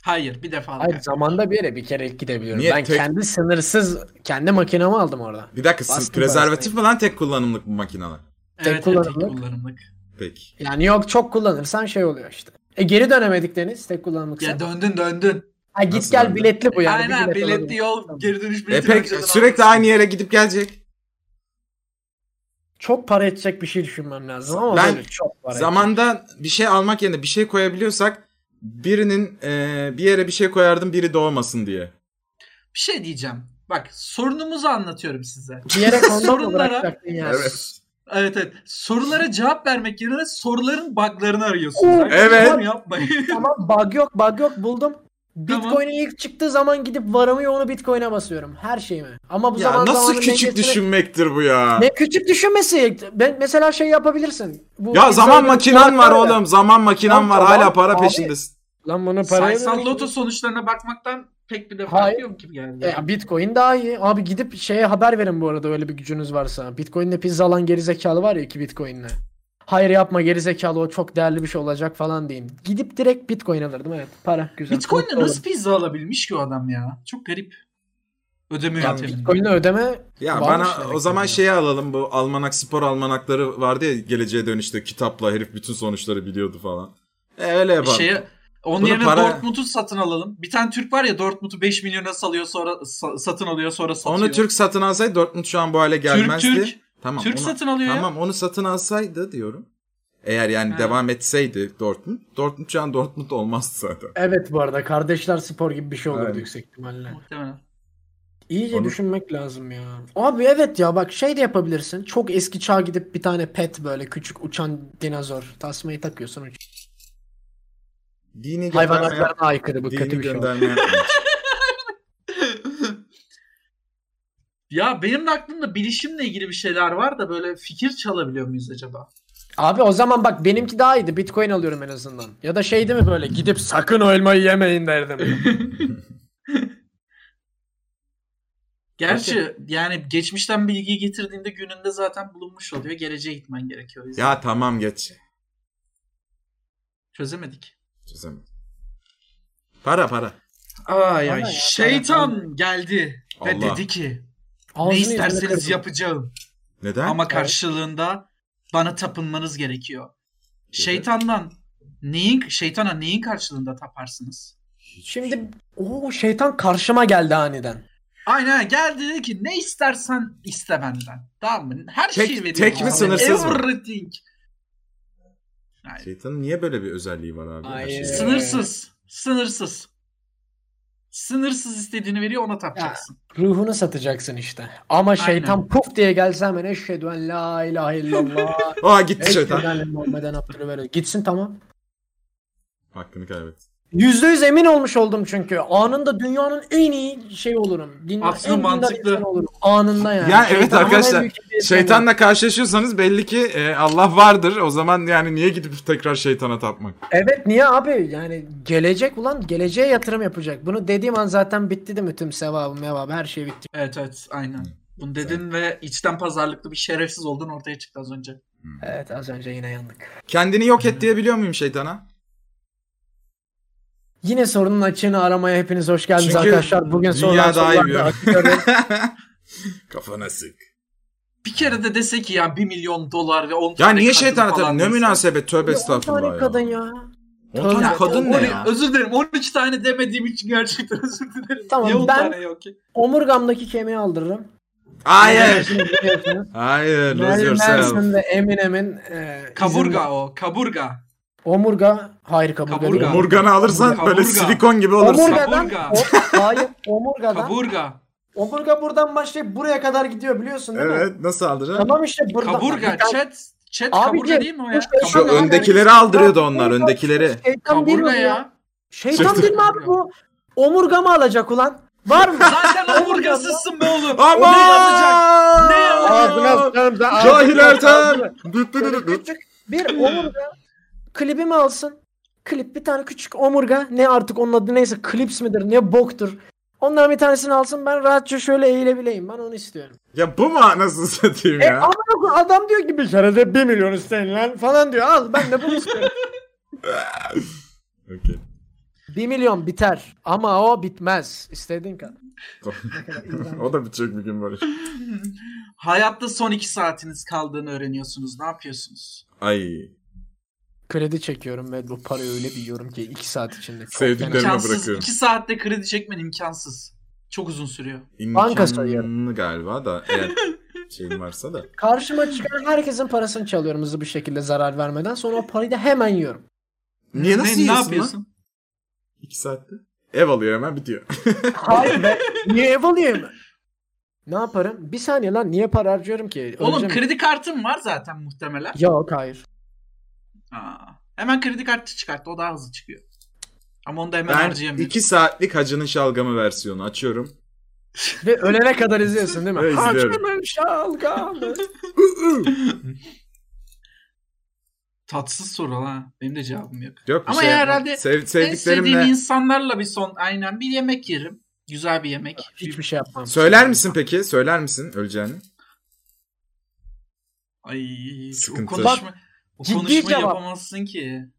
Speaker 2: Hayır bir defa.
Speaker 3: Hayır zamanda bir yere bir kere gidebiliyorum.
Speaker 1: Niye
Speaker 3: ben
Speaker 1: tek-
Speaker 3: kendi sınırsız kendi makinemi aldım orada.
Speaker 1: Bir dakika siz
Speaker 3: Bastım
Speaker 1: prezervatif mi lan tek kullanımlık bu makineler?
Speaker 2: Evet, evet,
Speaker 3: kullanımlık.
Speaker 2: tek kullanımlık.
Speaker 1: Peki.
Speaker 3: Yani yok çok kullanırsan şey oluyor işte. E geri dönemedik Deniz tek kullanımlık.
Speaker 2: Ya döndün döndün.
Speaker 3: Ha git
Speaker 1: Nasıl
Speaker 3: gel
Speaker 1: yani?
Speaker 3: biletli bu yani. bir
Speaker 2: Aynen
Speaker 3: bilet
Speaker 2: biletli
Speaker 3: alalım.
Speaker 2: yol geri dönüş
Speaker 1: E
Speaker 2: bileti.
Speaker 1: pek sürekli aynı yere gidip gelecek.
Speaker 3: Çok para edecek bir şey düşünmem lazım ama
Speaker 1: Ben-
Speaker 3: böyle çok para.
Speaker 1: Zamanda bir şey almak yerine bir şey koyabiliyorsak birinin e, bir yere bir şey koyardım biri doğmasın diye.
Speaker 2: Bir şey diyeceğim. Bak sorunumuzu anlatıyorum size.
Speaker 3: edecek. Bir yere kondom mu
Speaker 2: Sorunlara-
Speaker 3: bırakacaktın yani.
Speaker 1: Evet.
Speaker 2: Evet evet. Sorulara cevap vermek yerine soruların buglarını arıyorsunuz.
Speaker 3: Oo,
Speaker 2: Arkadaşlar,
Speaker 1: evet.
Speaker 2: bunu Yapmayın.
Speaker 3: Tamam bug yok bug yok buldum.
Speaker 2: Tamam.
Speaker 3: Bitcoin'in ilk çıktığı zaman gidip varamı yoğunu Bitcoin'e basıyorum. Her şeyimi. Ama bu
Speaker 1: Ya
Speaker 3: zaman
Speaker 1: nasıl
Speaker 3: zamanın
Speaker 1: küçük
Speaker 3: dengesini-
Speaker 1: düşünmektir bu ya?
Speaker 3: Ne küçük düşünmesi. Ben mesela şey yapabilirsin. Bu
Speaker 1: Ya zaman
Speaker 3: insanların
Speaker 1: makinen var
Speaker 3: kulakları-
Speaker 1: oğlum. Zaman makinen
Speaker 3: Tamam,
Speaker 1: var.
Speaker 3: tamam,
Speaker 1: Hala para
Speaker 3: abi.
Speaker 1: peşindesin.
Speaker 3: Lan bunu parayı
Speaker 2: Sayısal loto sonuçlarına bakmaktan pek bir de
Speaker 3: Hayır.
Speaker 2: fark yok gibi geldi.
Speaker 3: E, Ya Bitcoin daha iyi. Abi gidip şeye haber verin bu arada öyle bir gücünüz varsa. Bitcoin'le pizza alan gerizekalı var ya iki Bitcoin'le. Hayır yapma gerizekalı o çok değerli bir şey olacak falan deyin. Gidip direkt Bitcoin alırdım evet. Para güzel.
Speaker 2: Bitcoin'le
Speaker 3: Mutlu
Speaker 2: nasıl pizza alabilmiş ki o adam ya? Çok garip. Ödeme
Speaker 1: Ya
Speaker 3: olurum.
Speaker 2: yöntemini.
Speaker 3: Bitcoin'le ödeme
Speaker 1: Ya
Speaker 3: Varmış
Speaker 1: bana
Speaker 3: demek
Speaker 1: o
Speaker 3: ki
Speaker 1: zaman
Speaker 3: ya.
Speaker 1: şeyi alalım bu almanak spor almanakları vardı ya geleceğe dönüşte kitapla herif bütün sonuçları biliyordu falan. E, öyle yapalım.
Speaker 2: Şeye, onun
Speaker 1: Bunu
Speaker 2: yerine
Speaker 1: para-
Speaker 2: Dortmund'u satın alalım. Bir tane Türk var ya Dortmund'u 5 milyona salıyor sonra sa- satın alıyor sonra satıyor.
Speaker 1: Onu Türk satın alsaydı Dortmund şu an bu hale gelmezdi.
Speaker 2: Türk Türk.
Speaker 1: Tamam.
Speaker 2: Türk
Speaker 1: onu-
Speaker 2: satın alıyor ya.
Speaker 1: Tamam onu satın alsaydı diyorum. Eğer yani
Speaker 2: Ha.
Speaker 1: devam etseydi Dortmund, Dortmund şu an Dortmund olmazdı zaten.
Speaker 3: evet bu arada kardeşler spor gibi bir şey olurdu
Speaker 1: Aynen.
Speaker 3: yüksek ihtimalle.
Speaker 2: Muhtemelen.
Speaker 3: İyice
Speaker 1: Onu-
Speaker 3: düşünmek lazım ya. Abi evet ya bak şey de yapabilirsin. Çok eski çağa gidip bir tane pet böyle küçük uçan dinozor tasmayı takıyorsun. uç-
Speaker 1: Dini
Speaker 3: Hayvan
Speaker 1: gönderme yap-
Speaker 3: haklarına aykırı bu
Speaker 1: dini
Speaker 3: kötü bir şey. oldu.
Speaker 1: gönderme yapmayın.
Speaker 2: ya benim de aklımda bilişimle ilgili bir şeyler var da böyle fikir çalabiliyor muyuz acaba?
Speaker 3: Abi o zaman bak benimki daha iyiydi. Bitcoin alıyorum en azından. Ya da şey değil mi böyle gidip sakın o elmayı yemeyin derdim.
Speaker 2: Gerçi yani geçmişten bilgiyi getirdiğinde gününde zaten bulunmuş oluyor. Geleceğe gitmen gerekiyor. O yüzden
Speaker 1: ya tamam geç.
Speaker 2: Çözemedik.
Speaker 1: Çözemedim. Para para.
Speaker 2: Ay
Speaker 3: Bana
Speaker 2: ay
Speaker 3: ya,
Speaker 2: şeytan
Speaker 3: bana.
Speaker 2: geldi ve
Speaker 1: Allah.
Speaker 2: dedi ki
Speaker 3: Ağzını
Speaker 2: ne
Speaker 3: yüzünü
Speaker 2: isterseniz
Speaker 3: kırdım.
Speaker 2: yapacağım
Speaker 1: Neden?
Speaker 2: ama karşılığında bana tapınmanız gerekiyor. Şeytandan neyin şeytana neyin karşılığında taparsınız?
Speaker 3: Şimdi o şeytan karşıma geldi aniden.
Speaker 2: Aynen geldi dedi ki ne istersen iste benden. Tamam mı? Her
Speaker 1: Tek-
Speaker 2: şeyi veriyorum.
Speaker 1: tek
Speaker 3: mi,
Speaker 2: abi.
Speaker 1: sınırsız mı?
Speaker 2: Everything.
Speaker 1: Şeytanın niye böyle bir özelliği var abi? Her
Speaker 3: Ay,
Speaker 1: şeyi-
Speaker 3: e,
Speaker 2: Sınırsız. Sınırsız. Sınırsız istediğini veriyor ona tapacaksın.
Speaker 3: Ruhunu satacaksın işte. Ama
Speaker 2: Aynen.
Speaker 3: şeytan puf diye gelse hemen eşhedü en la ilahe illallah.
Speaker 1: Aa gitti
Speaker 3: eşhedü
Speaker 1: şeytan.
Speaker 3: en Muhammeden Abdülhamid. Gitsin tamam.
Speaker 1: Hakkını kaybetti.
Speaker 3: Yüzde yüz emin olmuş oldum çünkü. Anında dünyanın en iyi şey olurum. Dünya,
Speaker 2: Aslında
Speaker 3: en dindar
Speaker 2: mantıklı.
Speaker 3: insan olurum. Anında yani.
Speaker 1: Ya evet
Speaker 3: Şeytan-
Speaker 1: arkadaşlar,
Speaker 3: Ama en büyük hediyesi olur.
Speaker 1: Şeytanla karşılaşıyorsanız belli ki e, Allah vardır. O zaman yani niye gidip tekrar şeytana tapmak?
Speaker 3: Evet niye abi? Yani gelecek ulan geleceğe yatırım yapacak. Bunu dediğim an zaten bitti değil mi tüm sevabım mevabı her şey bitti.
Speaker 2: Evet evet aynen. Bunu dedin ve içten pazarlıklı bir şerefsiz olduğun ortaya çıktı az önce.
Speaker 3: Evet az önce yine yandık.
Speaker 1: Kendini yok et diyebiliyor muyum şeytana?
Speaker 3: Yine sorunun açığını aramaya hepiniz hoş geldiniz
Speaker 1: Çünkü
Speaker 3: arkadaşlar. Bugün
Speaker 1: dünya
Speaker 3: sorulan
Speaker 1: daha iyi
Speaker 3: sorular
Speaker 1: biliyor.
Speaker 3: da açıklarım.
Speaker 1: Kafana sık.
Speaker 2: Bir kere de dese ki ya 1 milyon dolar ve 10
Speaker 1: Ya
Speaker 2: tane
Speaker 1: niye
Speaker 2: kadın
Speaker 1: şeytana
Speaker 2: falan
Speaker 1: tapın? Ne
Speaker 2: dese.
Speaker 1: münasebet tövbe
Speaker 3: On tane
Speaker 1: estağfurullah
Speaker 3: kadın
Speaker 1: ya.
Speaker 3: ya.
Speaker 1: 10 tane
Speaker 3: Ya,
Speaker 1: kadın
Speaker 3: on-
Speaker 1: ne
Speaker 2: On-
Speaker 1: ya?
Speaker 2: Özür dilerim 13 tane demediğim için gerçekten özür dilerim.
Speaker 3: Tamam,
Speaker 2: niye 10
Speaker 3: ben-
Speaker 2: tane yok ki?
Speaker 3: Omurgamdaki kemiği aldırırım.
Speaker 1: Hayır.
Speaker 3: Şimdi biliyorsunuz.
Speaker 1: Hayır. Lose
Speaker 3: Marilyn
Speaker 1: yourself.
Speaker 3: Manson ve Eminem'in e, izin-
Speaker 2: Kaburga o kaburga.
Speaker 3: Omurga. Hayır kaburga,
Speaker 2: Kaburga.
Speaker 3: değil.
Speaker 1: Omurganı alırsan
Speaker 2: Kaburga.
Speaker 1: böyle silikon gibi olursun.
Speaker 3: Omurgadan.
Speaker 2: Kaburga.
Speaker 3: O, hayır omurgadan.
Speaker 2: Kaburga.
Speaker 3: Omurga buradan başlayıp buraya kadar gidiyor biliyorsun değil mi?
Speaker 1: Evet nasıl aldıracaksın?
Speaker 3: Tamam işte buradan.
Speaker 2: Kaburga. Chat. Chat
Speaker 3: Abi
Speaker 2: kaburga
Speaker 3: gel,
Speaker 2: değil mi o
Speaker 3: bu
Speaker 2: ya?
Speaker 3: şey-
Speaker 1: Şu
Speaker 3: Tamam,
Speaker 1: öndekileri aldırıyordu onlar öndekileri.
Speaker 3: Şeytan değil
Speaker 2: Kaburga
Speaker 3: mi ya?
Speaker 2: ya.
Speaker 3: Şeytan
Speaker 1: Şey-
Speaker 3: değil mi abi bu? Omurga mı alacak ulan? Var mı?
Speaker 2: Zaten omurgasızsın be oğlum.
Speaker 1: Ama
Speaker 2: Omurga alacak. Ne
Speaker 1: Ağzına
Speaker 3: sıkarım sen.
Speaker 1: Cahil Ertem. Düt düt
Speaker 3: Böyle
Speaker 1: düt düt.
Speaker 3: küçük bir omurga. Klibimi alsın. Klip bir tane küçük omurga. Ne artık onun adı neyse klips midir ne boktur. Ondan bir tanesini alsın ben rahatça şöyle eğilebileyim. Ben onu istiyorum.
Speaker 1: Ya bu mu anasını satayım
Speaker 3: E
Speaker 1: ya?
Speaker 3: ama yok, adam diyor ki bir kere de 1 milyon isteyin lan falan diyor. Al ben de bunu istiyorum.
Speaker 1: Okey.
Speaker 3: 1 milyon biter ama o bitmez. İstediğin kadar.
Speaker 1: o da bitecek bir gün Barış.
Speaker 2: Hayatta son 2 saatiniz kaldığını öğreniyorsunuz. Ne yapıyorsunuz?
Speaker 1: Ay.
Speaker 3: Kredi çekiyorum ve bu parayı öyle bir yiyorum ki 2 saat içinde. Çok
Speaker 1: Sevdiklerim-
Speaker 3: fena.
Speaker 1: Üzerine
Speaker 2: İmkansız.
Speaker 1: bırakıyorum.
Speaker 2: 2 saatte kredi çekmen imkansız. Çok uzun sürüyor.
Speaker 3: Banka
Speaker 1: İmkanlı galiba da eğer şeyim varsa da.
Speaker 3: Karşıma çıkan herkesin parasını çalıyorum hızlı bir şekilde zarar vermeden. Sonra o parayı da hemen yiyorum.
Speaker 1: Niye nasıl
Speaker 2: ne, ne
Speaker 1: yiyorsun
Speaker 2: yapıyorsun?
Speaker 1: lan? İki saatte. Ev alıyor hemen bitiyor.
Speaker 3: Hayır be. Niye ev alayım? Ne yaparım? Bir saniye lan niye para harcıyorum ki?
Speaker 2: Oğlum
Speaker 3: Öleceğim.
Speaker 2: kredi kartın var zaten muhtemelen.
Speaker 3: Yok hayır.
Speaker 2: Aa, hemen kredi kartı çıkart. O daha hızlı çıkıyor. Ama onu da hemen
Speaker 1: Ben
Speaker 2: harcayamıyorum.
Speaker 1: iki saatlik Hacı'nın şalgamı versiyonu açıyorum.
Speaker 3: Ve ölene kadar izliyorsun değil mi?
Speaker 1: Evet, izliyorum.
Speaker 3: Harcamam şalgamı.
Speaker 2: Tatsız soru ha. Benim de cevabım yok.
Speaker 1: Yok bir
Speaker 2: Ama
Speaker 1: şey
Speaker 2: ya
Speaker 1: yapmam.
Speaker 2: herhalde
Speaker 1: Sev,
Speaker 2: En sevdiğim
Speaker 1: sevdiklerimle.
Speaker 2: insanlarla bir son aynen bir yemek yerim. Güzel bir yemek.
Speaker 3: Hiçbir şey yapmam.
Speaker 1: Söyler misin peki? Söyler misin öleceğini?
Speaker 2: Ay
Speaker 1: Sıkıntı.
Speaker 2: o konuşma o
Speaker 3: Ciddi
Speaker 2: konuşmayı
Speaker 3: cevap.
Speaker 2: yapamazsın ki.
Speaker 1: Yapamazsın.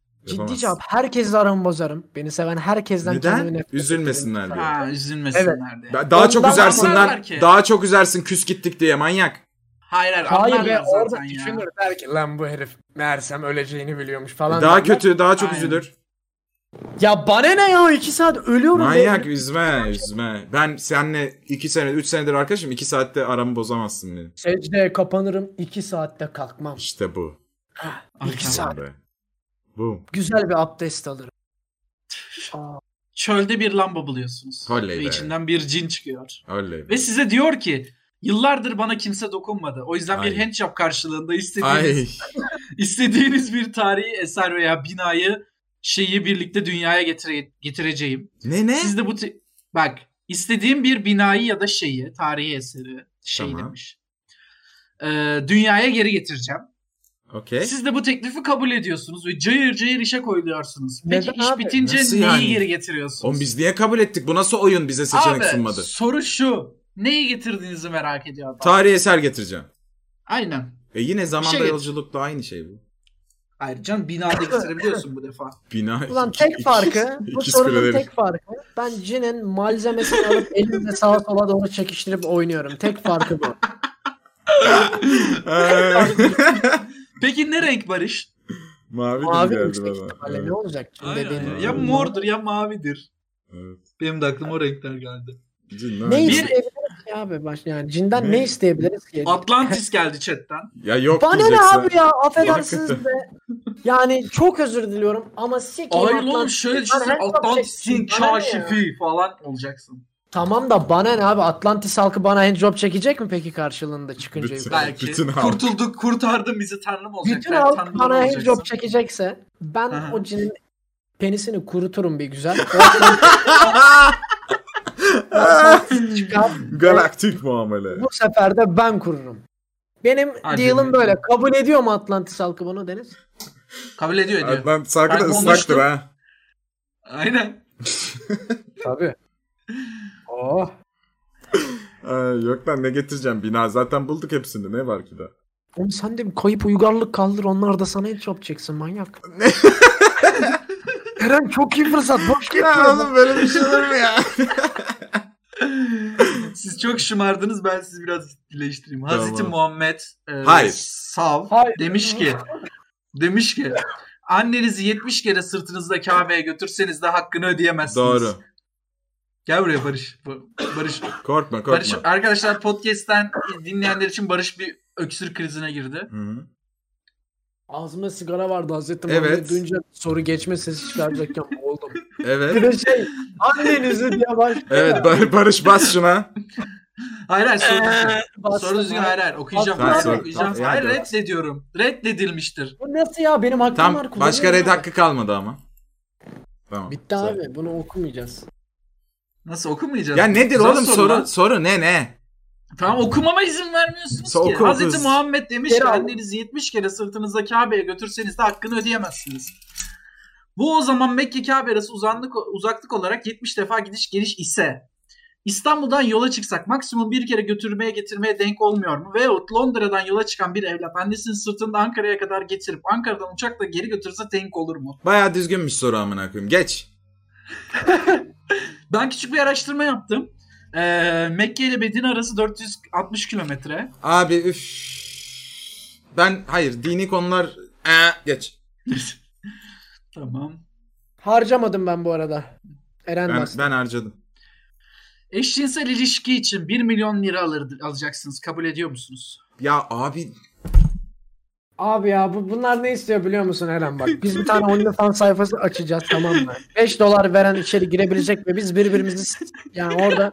Speaker 3: Ciddi cevap. Herkesle aramı bozarım. Beni seven herkesten
Speaker 1: Neden?
Speaker 3: kendimi nefret ederim.
Speaker 1: Üzülmesinler diye.
Speaker 2: Ha üzülmesinler diye.
Speaker 1: Ben- Daha çok
Speaker 3: Ondan
Speaker 1: üzersin lan.
Speaker 2: anlarlar ki.
Speaker 1: Daha çok üzersin küs gittik diye manyak.
Speaker 2: Hayır hayır,
Speaker 3: Hayır
Speaker 2: anlarlar
Speaker 3: be orada
Speaker 2: zaten ya.
Speaker 3: düşünür der ki lan bu herif meğersem öleceğini biliyormuş falan.
Speaker 1: E daha
Speaker 3: derler.
Speaker 1: kötü, daha çok
Speaker 2: Aynen.
Speaker 1: üzülür.
Speaker 3: Ya bana ne ya iki saat ölüyorum.
Speaker 1: Manyak
Speaker 3: be.
Speaker 1: üzme, üzme. Ben seninle 2 sene, 3 senedir arkadaşım 2 saatte aramı bozamazsın beni.
Speaker 3: Secdeye kapanırım iki saatte kalkmam.
Speaker 1: İşte bu.
Speaker 2: Arkan.
Speaker 3: İki saat.
Speaker 1: Be. Bu.
Speaker 3: Güzel bir abdest alırım. Aa,
Speaker 2: Çölde bir lamba buluyorsunuz.
Speaker 1: Oley
Speaker 2: Ve
Speaker 1: be.
Speaker 2: içinden bir cin çıkıyor.
Speaker 1: Öyle.
Speaker 2: Ve size diyor ki yıllardır bana kimse dokunmadı. O yüzden bir
Speaker 1: Ay.
Speaker 2: handjob karşılığında istediğiniz
Speaker 1: Ay.
Speaker 2: İstediğiniz bir tarihi eser veya binayı şeyi birlikte dünyaya getire- getireceğim.
Speaker 1: Ne ne?
Speaker 2: Siz de bu ti- bak istediğim bir binayı ya da şeyi tarihi eseri şey
Speaker 1: Tamam.
Speaker 2: demiş. Ee, dünyaya geri getireceğim.
Speaker 1: Okey.
Speaker 2: Siz de bu teklifi kabul ediyorsunuz ve cayır cayır işe koyuluyorsunuz. Peki
Speaker 3: Neden
Speaker 2: iş
Speaker 3: abi?
Speaker 2: bitince
Speaker 1: Nasıl
Speaker 2: neyi
Speaker 1: yani?
Speaker 2: geri getiriyorsunuz?
Speaker 1: Oğlum biz niye kabul ettik? Bu nasıl oyun bize seçenek
Speaker 2: Abi,
Speaker 1: sunmadı?
Speaker 2: soru şu. Neyi getirdiğinizi merak ediyor adam.
Speaker 1: Tarihi eser getireceğim.
Speaker 2: Aynen.
Speaker 1: E yine zamanda
Speaker 2: Bir şey-
Speaker 1: yolculukla aynı şey bu.
Speaker 2: Ayrıca binada getirebiliyorsun bu defa.
Speaker 1: Bina.
Speaker 3: Ulan tek farkı, bu
Speaker 1: İkiz
Speaker 3: sorunun
Speaker 1: kuleleri.
Speaker 3: tek farkı. Ben cinin malzemesini alıp elimle sağa sola doğru çekiştirip oynuyorum. Tek farkı bu.
Speaker 2: Peki ne renk Barış?
Speaker 1: Mavi,
Speaker 3: Mavi
Speaker 1: Mavi
Speaker 3: yüksek ihtimalle ne olacak? Cin dediğin
Speaker 2: Aynen.
Speaker 1: öyle.
Speaker 2: Ya mordur ya mavidir.
Speaker 1: Evet.
Speaker 2: Benim de aklıma o renkler geldi.
Speaker 1: Cin,
Speaker 3: Ne
Speaker 1: ne?
Speaker 3: isteyebiliriz ki abi? Baş, yani cinden ne,
Speaker 1: Ne?
Speaker 3: isteyebiliriz ki?
Speaker 2: Atlantis geldi chatten.
Speaker 1: Ya yok
Speaker 3: Bana ne
Speaker 1: diyeceksin.
Speaker 3: abi ya? Affedersiniz be. Yani çok özür diliyorum ama sikeyim
Speaker 2: Hayır oğlum
Speaker 3: Atlantis.
Speaker 2: şöyle
Speaker 3: Ben
Speaker 2: düşünsene
Speaker 3: her zaman
Speaker 2: Atlantis'in
Speaker 3: çektim. Bana ne ya?
Speaker 2: kaşifi falan olacaksın.
Speaker 3: Tamam da bana ne abi? Atlantis halkı bana handjob çekecek mi peki karşılığında çıkınca?
Speaker 1: Bütün-
Speaker 3: yukarı?
Speaker 2: Belki.
Speaker 1: Bütün halk.
Speaker 2: Kurtulduk kurtardın bizi tanrım olacak.
Speaker 3: Bütün
Speaker 2: Ben
Speaker 3: halk
Speaker 2: tanrım
Speaker 3: bana
Speaker 2: olacaksın.
Speaker 3: handjob çekecekse ben
Speaker 2: Aha.
Speaker 3: o cinin penisini kuruturum bir güzel. O çıkar.
Speaker 1: Galaktik muamele.
Speaker 3: Bu sefer de ben kururum. Benim
Speaker 2: Hadi
Speaker 3: deal'ım
Speaker 2: be.
Speaker 3: böyle. Kabul ediyor mu Atlantis halkı bunu Deniz?
Speaker 2: Kabul ediyor ediyor.
Speaker 1: Adnan sarkı
Speaker 2: Ben
Speaker 1: da
Speaker 2: konuştum.
Speaker 1: ıslaktır ha.
Speaker 2: Aynen.
Speaker 3: Tabii. Oh.
Speaker 1: Ay, yok lan ne getireceğim bina zaten bulduk hepsini ne var ki da.
Speaker 3: Oğlum sen de bir kayıp uygarlık kaldır onlar da sana handjob çeksin manyak. Eren çok iyi fırsat boş
Speaker 1: Ya
Speaker 3: geçiyor.
Speaker 1: oğlum böyle bir şey olur mu ya?
Speaker 2: Siz çok şımardınız ben sizi biraz ciddileştireyim. Hazreti
Speaker 1: Tamam.
Speaker 2: Muhammed e,
Speaker 1: Hayır.
Speaker 2: Sav
Speaker 3: Hayır.
Speaker 2: demiş ki demiş ki annenizi 70 kere sırtınızda Kabe'ye götürseniz de hakkını ödeyemezsiniz.
Speaker 1: Doğru.
Speaker 2: Gel buraya Barış. Ba- Barış.
Speaker 1: Korkma
Speaker 2: Barış
Speaker 1: korkma.
Speaker 2: arkadaşlar podcast'ten dinleyenler için Barış bir öksür krizine girdi.
Speaker 1: Hı.
Speaker 3: Ağzımda sigara vardı Hazreti
Speaker 1: Evet.
Speaker 3: Muhammed'i duyunca soru geçme sesi çıkaracakken oldum. Bir
Speaker 1: Evet.
Speaker 3: de şey annenizi diye başlıyor.
Speaker 1: Evet Bar- Barış bas şuna.
Speaker 2: Hayır hayır soru düzgün.
Speaker 3: Bastım
Speaker 2: Soru düzgün
Speaker 3: abi.
Speaker 2: hayır hayır okuyacağım.
Speaker 3: Tamam,
Speaker 2: Hayır,
Speaker 3: soru-
Speaker 2: okuyacağım.
Speaker 1: tamam,
Speaker 2: hayır
Speaker 1: yani.
Speaker 2: reddediyorum. Reddedilmiştir.
Speaker 3: Bu nasıl ya benim hakkım var.
Speaker 1: Tam başka red
Speaker 3: kullanıyorum
Speaker 1: hakkı kalmadı ama. Tamam.
Speaker 3: abi. Bitti abi bunu okumayacağız.
Speaker 2: Nasıl okumayacağız?
Speaker 1: Ya nedir
Speaker 2: Zor
Speaker 1: oğlum
Speaker 2: lan.
Speaker 1: soru soru ne ne?
Speaker 2: Tamam okumama izin vermiyorsunuz
Speaker 1: So-
Speaker 2: ki.
Speaker 1: oku,
Speaker 2: Hazreti
Speaker 1: kız.
Speaker 2: Muhammed demiş
Speaker 3: Geri
Speaker 2: ki
Speaker 3: al.
Speaker 2: annenizi 70 kere sırtınızda Kabe'ye götürseniz de hakkını ödeyemezsiniz. Bu o zaman Mekke Kabe arası uzanlık, uzaklık olarak 70 defa gidiş geliş ise İstanbul'dan yola çıksak maksimum bir kere götürmeye getirmeye denk olmuyor mu? Veyahut Londra'dan yola çıkan bir evlat annesinin sırtında Ankara'ya kadar getirip Ankara'dan uçakla geri götürse denk olur mu?
Speaker 1: Baya düzgünmüş soru amına koyayım. Geç.
Speaker 2: Ben küçük bir araştırma yaptım. Ee, Mekke ile Medine arası 460 kilometre.
Speaker 1: Abi üf. Ben hayır dini konular Ee, e, geç.
Speaker 2: Tamam.
Speaker 3: Harcamadım ben bu arada. Eren
Speaker 1: Ben,
Speaker 3: bastı.
Speaker 1: ben harcadım.
Speaker 2: Eşcinsel ilişki için 1 milyon lira alır, alacaksınız. Kabul ediyor musunuz?
Speaker 1: Ya abi
Speaker 3: Abi ya bu, bunlar ne istiyor biliyor musun Eren bak. Biz bir tane OnlyFans sayfası açacağız tamam mı? 5 dolar veren içeri girebilecek ve biz birbirimizi s- yani orada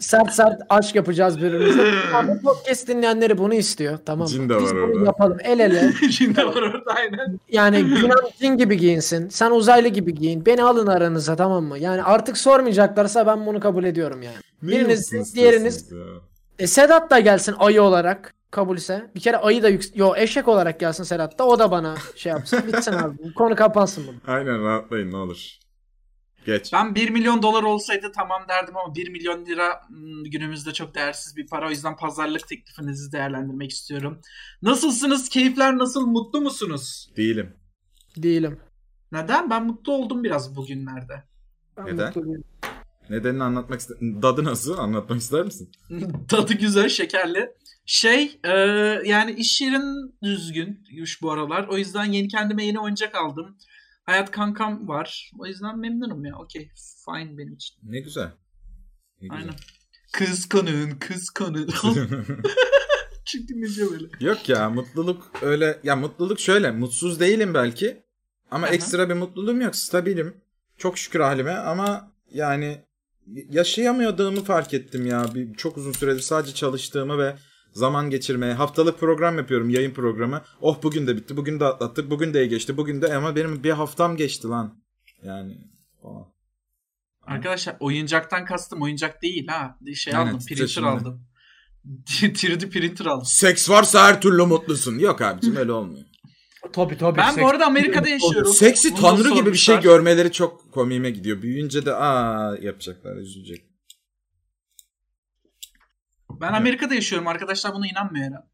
Speaker 3: sert sert aşk yapacağız birbirimize. Ya bu podcast dinleyenleri bunu istiyor tamam mı?
Speaker 1: Cin de
Speaker 3: Biz
Speaker 1: var
Speaker 3: bunu
Speaker 1: orada.
Speaker 3: yapalım el ele.
Speaker 2: Şimdi var orada aynen.
Speaker 3: Yani Yunan cin gibi giyinsin. Sen uzaylı gibi giyin. Beni alın aranıza tamam mı? Yani artık sormayacaklarsa ben bunu kabul ediyorum yani.
Speaker 1: ne
Speaker 3: Biriniz
Speaker 1: yapıyorsunuz
Speaker 3: siz,
Speaker 1: siz
Speaker 3: diğeriniz-
Speaker 1: ya?
Speaker 3: E Sedat da gelsin ayı olarak kabulse. Bir kere ayı da yüks- Yo eşek olarak gelsin Sedat da. O da bana şey yapsın. Bitsin abi. Bu Konu kapansın bunu.
Speaker 1: Aynen rahatlayın ne olur. Geç.
Speaker 2: Ben 1 milyon dolar olsaydı tamam derdim ama 1 milyon lira hmm, günümüzde çok değersiz bir para. O yüzden pazarlık teklifinizi değerlendirmek istiyorum. Nasılsınız? Keyifler nasıl? Mutlu musunuz?
Speaker 1: Değilim.
Speaker 3: Değilim.
Speaker 2: Neden? Ben mutlu oldum biraz bugünlerde.
Speaker 3: Ben
Speaker 1: Neden?
Speaker 3: mutlu değilim.
Speaker 1: Nedenini anlatmak ister... Dadı nasıl? Anlatmak ister misin?
Speaker 2: Tadı güzel, şekerli. Şey, e, yani iş yerin düzgün düzgünmüş bu aralar. O yüzden yeni kendime yeni oyuncak aldım. Hayat kankam var. O yüzden memnunum ya. Okey, fine benim için.
Speaker 1: Ne güzel. Ne
Speaker 2: Aynen.
Speaker 1: güzel.
Speaker 2: Kıskanın, kıskanın. Çünkü ne böyle.
Speaker 1: Yok ya mutluluk öyle ya mutluluk şöyle mutsuz değilim belki ama
Speaker 2: Aha.
Speaker 1: ekstra bir mutluluğum yok stabilim çok şükür halime ama yani yaşayamadığımı fark ettim ya bir, çok uzun süredir sadece çalıştığımı ve zaman geçirmeye haftalık program yapıyorum yayın programı oh bugün de bitti bugün de atlattık bugün de iyi geçti bugün de ama benim bir haftam geçti lan yani falan.
Speaker 2: Arkadaşlar oyuncaktan kastım oyuncak değil ha. Şey
Speaker 1: Aynen,
Speaker 2: aldım, printer
Speaker 1: titreşimli.
Speaker 2: aldım. 3D printer aldım.
Speaker 1: Seks varsa her türlü mutlusun yok abicim öyle olmuyor.
Speaker 3: Tabii tabii.
Speaker 2: Ben
Speaker 3: Seks-
Speaker 2: bu arada Amerika'da yaşıyorum.
Speaker 1: Seksi
Speaker 2: Bunu
Speaker 1: tanrı gibi bir şey
Speaker 2: sormuşlar.
Speaker 1: görmeleri çok komiğime gidiyor. Büyüyünce de aa yapacaklar, üzülecek.
Speaker 2: Ben Amerika'da yaşıyorum. Arkadaşlar buna inanmıyor herhalde.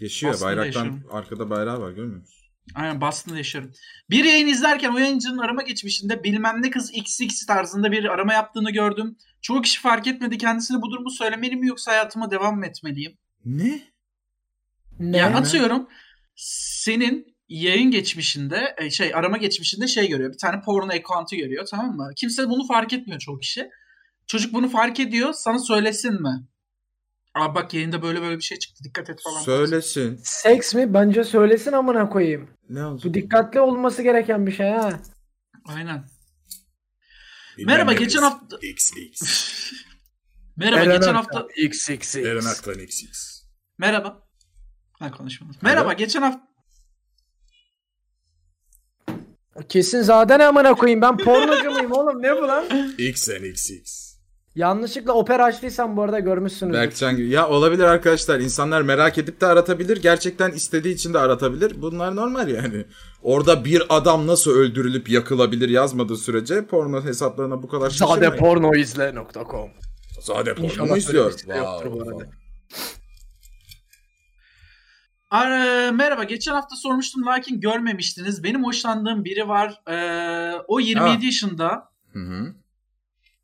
Speaker 1: Yaşıyor
Speaker 2: Aslında
Speaker 1: bayraktan
Speaker 2: yaşıyorum.
Speaker 1: arkada bayrağı var görmüyor musun?
Speaker 2: Aynen Boston'da yaşıyorum. Bir yayın izlerken o yayıncının arama geçmişinde bilmem ne kız XX tarzında bir arama yaptığını gördüm. Çoğu kişi fark etmedi. Kendisine bu durumu söylemeliyim mi yoksa hayatıma devam mı etmeliyim?
Speaker 1: Ne?
Speaker 3: Ne?
Speaker 2: ya
Speaker 1: mi?
Speaker 2: atıyorum senin yayın geçmişinde e, şey arama geçmişinde şey görüyor. Bir tane porno account'u görüyor tamam mı? Kimse bunu fark etmiyor çoğu kişi. Çocuk bunu fark ediyor. Sana söylesin mi? Aa bak yayında böyle böyle bir şey çıktı. Dikkat et falan.
Speaker 1: Söylesin.
Speaker 3: Seks mi? Bence söylesin amına koyayım.
Speaker 1: Ne olacak?
Speaker 3: Bu dikkatli olması gereken bir şey ha.
Speaker 2: Aynen.
Speaker 1: Bilmem
Speaker 2: Merhaba,
Speaker 1: ne
Speaker 2: geçen
Speaker 1: kız.
Speaker 2: hafta-
Speaker 1: X X.
Speaker 2: Merhaba
Speaker 3: Eren
Speaker 2: geçen
Speaker 3: Aktan,
Speaker 2: hafta
Speaker 3: XXX.
Speaker 1: Eren Aktan X X.
Speaker 2: Merhaba. Ha konuşmadım. Merhaba geçen hafta
Speaker 3: Kesin zaten amına koyayım. Ben pornocu muyum oğlum? Ne bu lan?
Speaker 1: X N X X.
Speaker 3: Yanlışlıkla opera açtıysam bu arada görmüşsünüz.
Speaker 1: Berkcan gibi. Ya olabilir arkadaşlar. İnsanlar merak edip de aratabilir. Gerçekten istediği için de aratabilir. Bunlar normal yani. Orada bir adam nasıl öldürülüp yakılabilir yazmadığı sürece porno hesaplarına bu kadar şaşırmayın.
Speaker 3: Sadepornoizle.com
Speaker 1: Sade
Speaker 3: İnşallah
Speaker 1: porno
Speaker 3: böyle
Speaker 1: izliyor.
Speaker 3: bir şey yoktur bu
Speaker 1: Wow.
Speaker 3: arada.
Speaker 2: Ara- e, merhaba geçen hafta sormuştum lakin görmemiştiniz. Benim hoşlandığım biri var. Ee, o 27
Speaker 1: Ha.
Speaker 2: yaşında.
Speaker 1: Hı hı.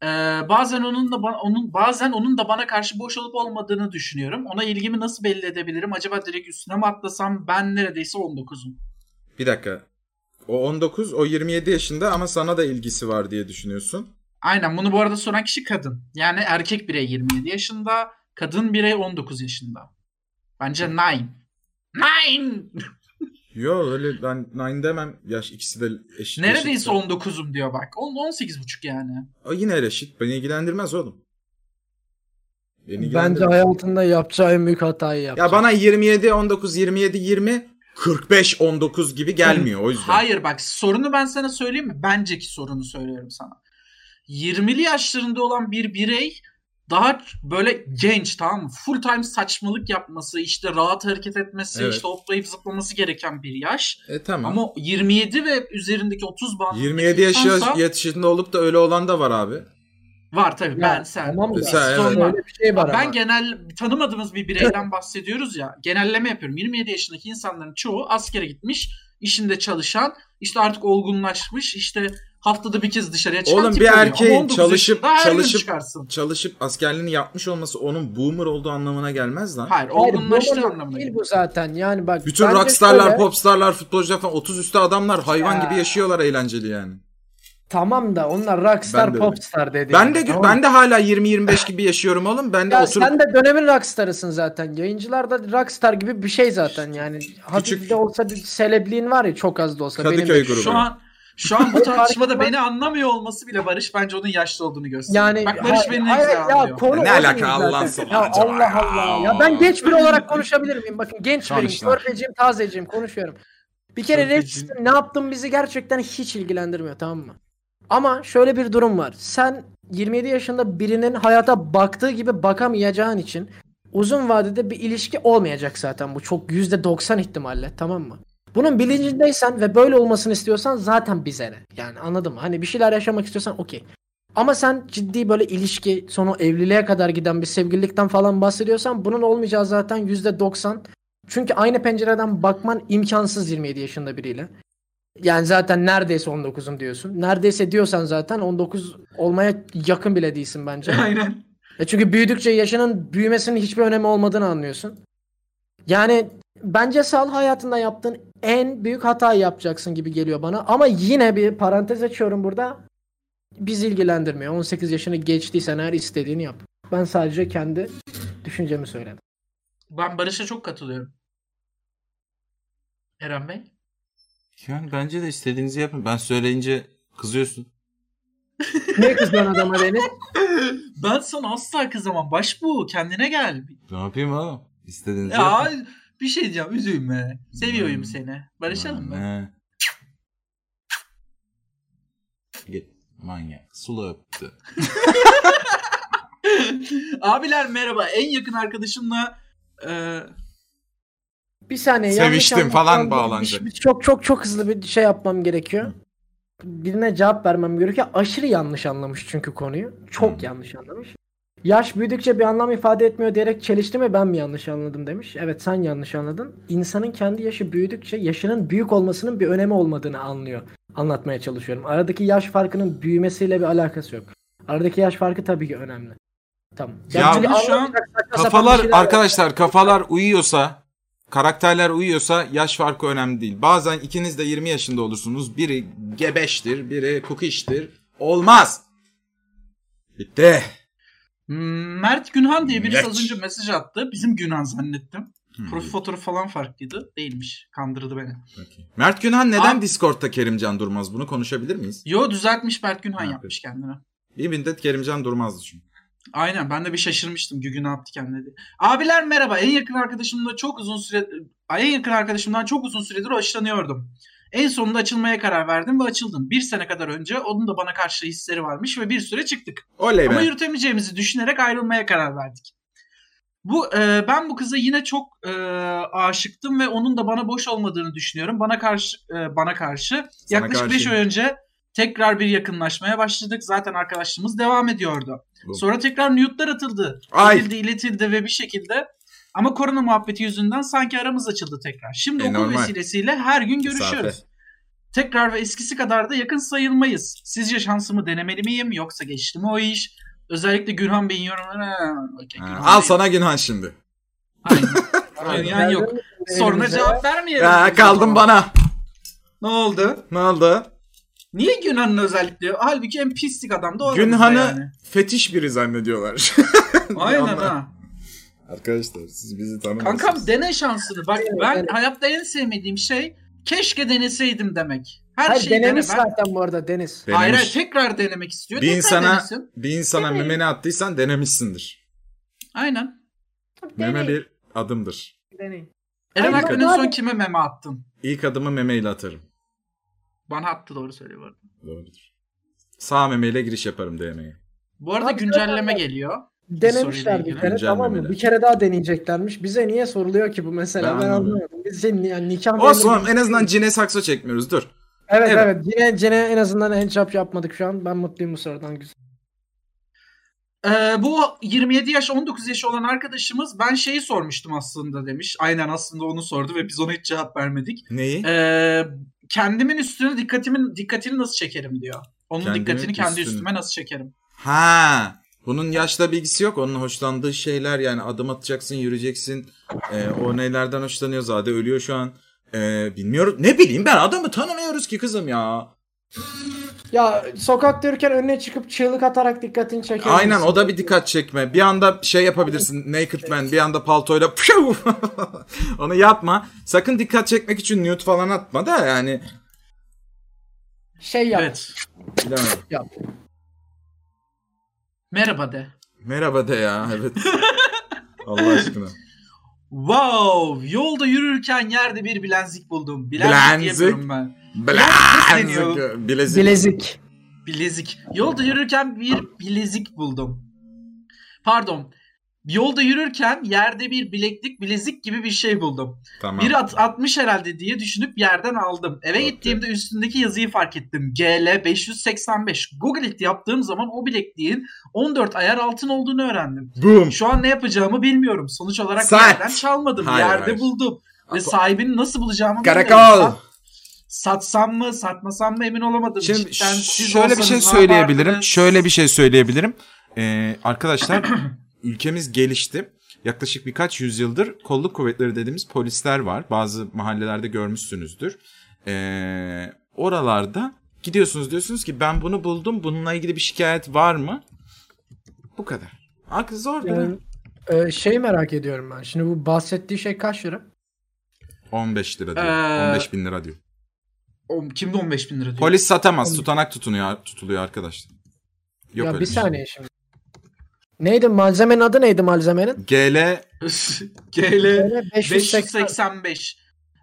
Speaker 2: Ee, bazen onun da bana, onun bazen onun da bana karşı boş olup olmadığını düşünüyorum. Ona ilgimi nasıl belli edebilirim? Acaba direkt üstüne mi atlasam? Ben neredeyse 19'um.
Speaker 1: Bir dakika. O 19, o 27 yaşında ama sana da ilgisi var diye düşünüyorsun.
Speaker 2: Aynen bunu bu arada soran kişi kadın. Yani erkek birey 27 yaşında, kadın birey 19 yaşında. Bence nine. Nine.
Speaker 1: Yo öyle ben 9 demem. Yaş ikisi de eşit. eşit.
Speaker 2: Neredeyse 19'um diyor bak. 18 buçuk yani.
Speaker 1: O yine eşit. Beni ilgilendirmez oğlum. Beni
Speaker 3: Bence şey.
Speaker 1: ilgilendirmez.
Speaker 3: hayatında yapacağı en büyük hatayı yaptı.
Speaker 1: Ya bana 27, 19, 27, 20, 45, 19 gibi gelmiyor o yüzden.
Speaker 2: Hayır bak sorunu ben sana söyleyeyim mi? Benceki sorunu söylüyorum sana. 20'li yaşlarında olan bir birey daha ç- böyle genç tamam mı? Full time saçmalık yapması, işte rahat hareket etmesi,
Speaker 1: Evet.
Speaker 2: işte hoplayıp zıplaması gereken bir yaş.
Speaker 1: E tamam.
Speaker 2: Ama 27 ve üzerindeki 30 bandındaki
Speaker 1: 27 yaş
Speaker 2: insansa-
Speaker 1: yaşında olup da öyle olan da var abi.
Speaker 2: var tabii
Speaker 3: Ya,
Speaker 2: ben sen.
Speaker 3: Tamam da,
Speaker 2: biz
Speaker 1: Sen, evet.
Speaker 2: sorma.
Speaker 3: Öyle bir şey var
Speaker 2: Ben
Speaker 3: ama.
Speaker 2: genel tanımadığımız bir bireyden bahsediyoruz ya. Genelleme yapıyorum. 27 yaşındaki insanların çoğu askere gitmiş, işinde çalışan, işte artık olgunlaşmış, işte Haftada bir kez dışarıya çıkan
Speaker 1: Oğlum
Speaker 2: tip
Speaker 1: bir
Speaker 2: oluyor. Ama
Speaker 1: erkeğin
Speaker 2: 19
Speaker 1: çalışıp-
Speaker 2: yaşında her gün
Speaker 1: çalışıp-
Speaker 2: çıkarsın.
Speaker 1: Çalışıp askerliğini yapmış olması onun boomer olduğu anlamına gelmez lan.
Speaker 2: Hayır,
Speaker 3: Hayır,
Speaker 2: olgunlaştığı
Speaker 3: normal
Speaker 2: anlamına
Speaker 3: değil
Speaker 2: geliyor.
Speaker 3: bu zaten. Yani bak
Speaker 1: Bütün
Speaker 3: bence
Speaker 1: rockstarlar,
Speaker 3: şöyle-
Speaker 1: popstarlar, futbolcular falan 30 üstü adamlar hayvan
Speaker 3: Ya.
Speaker 1: gibi yaşıyorlar eğlenceli yani.
Speaker 3: Tamam da onlar rockstar
Speaker 1: Ben de öyle.
Speaker 3: popstar dedi.
Speaker 1: Ben
Speaker 3: yani,
Speaker 1: de
Speaker 3: tamam mı?
Speaker 1: ben de hala 20 25 gibi yaşıyorum oğlum. Ben de
Speaker 3: Ya
Speaker 1: oturup
Speaker 3: sen de dönemin rockstarısın zaten. Yayıncılar da rockstar gibi bir şey zaten yani. Hafif
Speaker 1: Küçük-
Speaker 3: de olsa bir selebliğin var ya çok az da olsa. benim
Speaker 1: Kadıköy
Speaker 3: de.
Speaker 1: grubu.
Speaker 2: Şu an şu an bu tartışmada
Speaker 3: Farkında-
Speaker 2: beni anlamıyor olması bile Barış bence onun yaşlı olduğunu gösteriyor.
Speaker 3: Yani
Speaker 2: Bak Barış
Speaker 3: hayır,
Speaker 2: beni ne
Speaker 3: hayır,
Speaker 2: güzel
Speaker 3: ya,
Speaker 2: anlıyor.
Speaker 3: konu
Speaker 1: Ya ne
Speaker 3: o
Speaker 1: alaka
Speaker 3: değil
Speaker 1: Allah'ın
Speaker 3: zaten.
Speaker 1: sonu
Speaker 3: Ya
Speaker 1: acaba
Speaker 3: Allah
Speaker 1: ya?
Speaker 3: Allah. Ya ben genç biri olarak konuşabilir miyim? Bakın genç biriyim.
Speaker 1: Konuşlar.
Speaker 3: Körpeciyim, tazeciyim, konuşuyorum. Bir kere
Speaker 2: Körpeci-
Speaker 3: rap sistemi ne yaptın bizi gerçekten hiç ilgilendirmiyor tamam mı? Ama şöyle bir durum var. Sen 27 yaşında birinin hayata baktığı gibi bakamayacağın için uzun vadede bir ilişki olmayacak zaten bu. Çok %90 ihtimalle tamam mı? Bunun bilincindeysen ve böyle olmasını istiyorsan zaten bize ne? Yani anladın mı? Hani bir şeyler yaşamak istiyorsan okey. Ama sen ciddi böyle ilişki sonu evliliğe kadar giden bir sevgililikten falan bahsediyorsan bunun olmayacağı zaten %90. Çünkü aynı pencereden bakman imkansız 27 yaşında biriyle. Yani zaten neredeyse 19'um diyorsun. Neredeyse diyorsan zaten 19 olmaya yakın bile değilsin bence.
Speaker 2: Aynen.
Speaker 3: E çünkü büyüdükçe yaşının büyümesinin hiçbir önemi olmadığını anlıyorsun. Yani bence sal hayatında yaptığın en büyük hatayı yapacaksın gibi geliyor bana. Ama yine bir parantez açıyorum burada. Biz ilgilendirmiyor. 18 yaşını geçtiysen her istediğini yap. Ben sadece kendi düşüncemi söyledim.
Speaker 2: Ben Barış'a çok katılıyorum. Eren Bey?
Speaker 1: Yani bence de istediğinizi yapın. Ben söyleyince kızıyorsun.
Speaker 3: Niye kızıyorsun adama Deniz?
Speaker 2: Ben sana asla kızamam. Baş bu. Kendine gel.
Speaker 1: Ne yapayım oğlum? İstediğinizi
Speaker 2: Ya
Speaker 1: yapın.
Speaker 2: bir şey diyeceğim. Üzülme.
Speaker 1: Hmm.
Speaker 2: Seviyorum seni. Barışalım mı?
Speaker 1: Ne? Git. Manyak. Sulu öptü.
Speaker 2: Abiler merhaba. En yakın arkadaşımla e,
Speaker 3: Bir saniye.
Speaker 1: Seviştim
Speaker 3: yanlış
Speaker 1: falan
Speaker 3: anlatmam.
Speaker 1: bağlanacak.
Speaker 3: Bir- Çok çok çok hızlı bir şey yapmam gerekiyor. Birine cevap vermem gerekiyor. Aşırı yanlış anlamış çünkü konuyu. Çok
Speaker 1: Hı.
Speaker 3: yanlış anlamış. Yaş büyüdükçe bir anlam ifade etmiyor diyerek çelişti mi ben mi yanlış anladım demiş. Evet sen yanlış anladın. İnsanın kendi yaşı büyüdükçe yaşının büyük olmasının bir önemi olmadığını anlıyor. Anlatmaya çalışıyorum. Aradaki yaş farkının büyümesiyle bir alakası yok. Aradaki yaş farkı tabii ki önemli. Tamam.
Speaker 1: Ya
Speaker 3: Yani çünkü
Speaker 2: bunu şu an
Speaker 3: anlamayacak saçma sapan bir
Speaker 1: Kafalar
Speaker 3: şeyler var.
Speaker 1: arkadaşlar kafalar uyuyorsa karakterler uyuyorsa yaş farkı önemli değil. Bazen ikiniz de 20 yaşında olursunuz. Biri gebeştir, biri kukiştir. Olmaz. Bitti.
Speaker 2: Mert Günhan diye birisi
Speaker 1: Mert.
Speaker 2: az önce mesaj attı. Bizim Günhan zannettim.
Speaker 1: Hmm.
Speaker 2: Profil fotoğrafı falan farklıydı. Değilmiş. Kandırdı beni.
Speaker 1: Mert Günhan neden
Speaker 2: Abi-
Speaker 1: Discord'ta Kerimcan Durmaz? Bunu konuşabilir miyiz?
Speaker 2: Yo düzeltmiş Mert Günhan
Speaker 1: Ha,
Speaker 2: yapmış kendine.
Speaker 1: Bir müddet Kerimcan Durmaz'dı çünkü.
Speaker 2: Aynen ben de bir şaşırmıştım Gügü ne yaptı kendine diye. Abiler merhaba en yakın arkadaşımla çok uzun süre Ay, en yakın arkadaşımdan çok uzun süredir hoşlanıyordum. En sonunda açılmaya karar verdim ve açıldım. Bir sene kadar önce onun da bana karşı hisleri varmış ve bir süre çıktık.
Speaker 1: Oley
Speaker 2: Ama
Speaker 1: be.
Speaker 2: yürütemeyeceğimizi düşünerek ayrılmaya karar verdik. Bu e, ben bu kıza yine çok e, aşıktım ve onun da bana boş olmadığını düşünüyorum. Bana karşı e, bana karşı
Speaker 1: Sana
Speaker 2: yaklaşık 5
Speaker 1: karşıyım.
Speaker 2: ay önce tekrar bir yakınlaşmaya başladık. Zaten arkadaşlığımız devam ediyordu.
Speaker 1: Bu.
Speaker 2: Sonra tekrar nude'lar atıldı.
Speaker 1: Ay.
Speaker 2: İletildi, iletildi ve bir şekilde ama korona muhabbeti yüzünden sanki aramız açıldı tekrar. Şimdi
Speaker 1: E,
Speaker 2: okul
Speaker 1: normal.
Speaker 2: vesilesiyle her gün görüşüyoruz.
Speaker 1: Mesafe.
Speaker 2: Tekrar ve eskisi kadar da yakın sayılmayız. Sizce şansımı denemeli miyim yoksa geçti mi o iş? Özellikle Gürhan Bey'in yorumları... Ha, okey,
Speaker 1: Ha,
Speaker 2: Gürhan
Speaker 1: al
Speaker 2: Bey.
Speaker 1: sana Günhan şimdi.
Speaker 2: Aynen.
Speaker 3: Aynen.
Speaker 2: Aynen yok.
Speaker 3: Geldin mi
Speaker 2: Soruna
Speaker 3: elimize?
Speaker 2: cevap vermeyelim.
Speaker 1: Ha,
Speaker 2: biz o
Speaker 1: kaldın
Speaker 2: zaman.
Speaker 1: bana.
Speaker 2: Ne oldu?
Speaker 1: Ne oldu?
Speaker 2: Niye Günhan'ın özellikleri? Halbuki en pislik adam da o
Speaker 1: Günhan'ı
Speaker 2: aramızda yani.
Speaker 1: fetiş biri zannediyorlar.
Speaker 2: Aynen
Speaker 1: Anla-
Speaker 2: ha.
Speaker 1: Arkadaşlar siz bizi tanımıyorsunuz.
Speaker 2: Kankam dene şansını. Bak
Speaker 3: Evet,
Speaker 2: ben
Speaker 3: evet.
Speaker 2: hayatta en sevmediğim şey keşke deneseydim demek. Her
Speaker 3: Hayır
Speaker 2: şeyi dene.
Speaker 3: denemiş
Speaker 2: Ben-
Speaker 3: zaten bu arada Deniz.
Speaker 1: Denemiş.
Speaker 2: Hayır, hayır, tekrar denemek istiyor.
Speaker 1: bir
Speaker 2: tekrar
Speaker 1: insana
Speaker 2: denesin.
Speaker 1: bir insana
Speaker 3: Deneyin.
Speaker 1: memeni attıysan denemişsindir.
Speaker 2: Aynen.
Speaker 1: Meme bir adımdır.
Speaker 3: Deneyin.
Speaker 2: Eren
Speaker 3: Hayır,
Speaker 2: Akın'ın
Speaker 3: bak-
Speaker 2: son kime meme attın?
Speaker 1: İlk adımı memeyle atarım.
Speaker 2: Bana attı doğru söylüyor bu arada.
Speaker 1: Doğrudur. Sağ memeyle giriş yaparım DM'ye.
Speaker 2: Bu arada
Speaker 3: Abi,
Speaker 2: güncelleme geliyor.
Speaker 3: Denemişler bir
Speaker 2: ilgili.
Speaker 3: kere
Speaker 1: Güncel
Speaker 3: tamam mı?
Speaker 1: memeler.
Speaker 3: Bir kere daha deneyeceklermiş. Bize niye soruluyor ki bu mesela?
Speaker 1: Ben
Speaker 3: Ben,
Speaker 1: anlamadım.
Speaker 3: anlamadım. Biz senin yani nikah
Speaker 1: Olsun
Speaker 3: memuru-
Speaker 1: oğlum, en azından cine sakso çekmiyoruz dur.
Speaker 3: Evet
Speaker 1: Evet.
Speaker 3: evet. Yine, yine en azından handshop yapmadık şu an. Ben mutluyum bu sorudan. Güzel.
Speaker 2: Ee, bu 27 yaş 19 yaş olan arkadaşımız ben şeyi sormuştum aslında demiş. Aynen aslında onu sordu ve biz ona hiç cevap vermedik.
Speaker 1: Neyi?
Speaker 2: Ee, kendimin üstüne dikkatimin dikkatini nasıl çekerim diyor. Onun
Speaker 1: Kendimin
Speaker 2: dikkatini kendi
Speaker 1: üstüne.
Speaker 2: üstüme nasıl çekerim?
Speaker 1: Ha. Bunun yaşla bilgisi yok. Onun hoşlandığı şeyler yani adım atacaksın, yürüyeceksin. Ee, o nelerden hoşlanıyor zaten ölüyor şu an. Ee, bilmiyorum. Ne bileyim ben adamı tanımıyoruz ki kızım ya.
Speaker 3: Ya sokak yürürken önüne çıkıp çığlık atarak dikkatini çeker.
Speaker 1: Aynen o da bir dikkat çekme. Bir anda şey yapabilirsin naked man bir anda paltoyla pşav! onu yapma. Sakın dikkat çekmek için nude falan atma da yani
Speaker 3: Şey yap.
Speaker 2: Evet.
Speaker 1: bilemedim.
Speaker 2: Merhaba de.
Speaker 1: Merhaba de ya evet. Allah aşkına.
Speaker 2: Wow, yolda yürürken yerde bir bilezik buldum. Bilezik,
Speaker 1: Bilezik.
Speaker 2: diyemiyorum ben.
Speaker 1: Bilezik. Bilezik.
Speaker 3: Bilezik.
Speaker 2: Bilezik. Yolda yürürken bir bilezik buldum. Pardon. Yolda yürürken yerde bir bileklik bilezik gibi bir şey buldum.
Speaker 1: Tamam.
Speaker 2: Biri at, atmış herhalde diye düşünüp yerden aldım. Eve
Speaker 1: Okey.
Speaker 2: gittiğimde üstündeki yazıyı fark ettim. GL 585. Google it yaptığım zaman o bilekliğin 14 ayar altın olduğunu öğrendim.
Speaker 1: Boom.
Speaker 2: Şu an ne yapacağımı bilmiyorum. Sonuç olarak
Speaker 1: Saat.
Speaker 2: yerden çalmadım.
Speaker 1: Hayır,
Speaker 2: yerde
Speaker 1: hayır.
Speaker 2: buldum. Ve
Speaker 1: Apo-
Speaker 2: sahibini nasıl bulacağımı bilmiyorum.
Speaker 1: Karakol.
Speaker 2: Sat- Satsam mı, satmasam mı emin olamadım.
Speaker 1: Şimdi
Speaker 2: Cidden siz
Speaker 1: şöyle bir şey
Speaker 2: olsanız ne
Speaker 1: söyleyebilirim.
Speaker 2: yapardınız?
Speaker 1: Şöyle bir şey söyleyebilirim. Ee, arkadaşlar ülkemiz gelişti. Yaklaşık birkaç yüzyıldır kolluk kuvvetleri dediğimiz polisler var. Bazı mahallelerde görmüşsünüzdür. Ee, oralarda gidiyorsunuz diyorsunuz ki ben bunu buldum. Bununla ilgili bir şikayet var mı? Bu kadar. Hakkı zor değil mi?
Speaker 3: Yani, e, şey merak ediyorum ben. Şimdi bu bahsettiği şey kaç lira?
Speaker 1: 15 lira diyor.
Speaker 2: Ee,
Speaker 1: 15 bin lira diyor.
Speaker 2: O- Kimde 15 bin lira diyor.
Speaker 1: Polis satamaz. Tutanak tutunuyor, tutuluyor arkadaşlar. Yok
Speaker 3: ya
Speaker 1: öyle
Speaker 3: bir
Speaker 1: şey.
Speaker 3: saniye şimdi. Neydi malzemenin adı neydi malzemenin?
Speaker 1: GL
Speaker 2: GL
Speaker 3: 580.
Speaker 2: 585.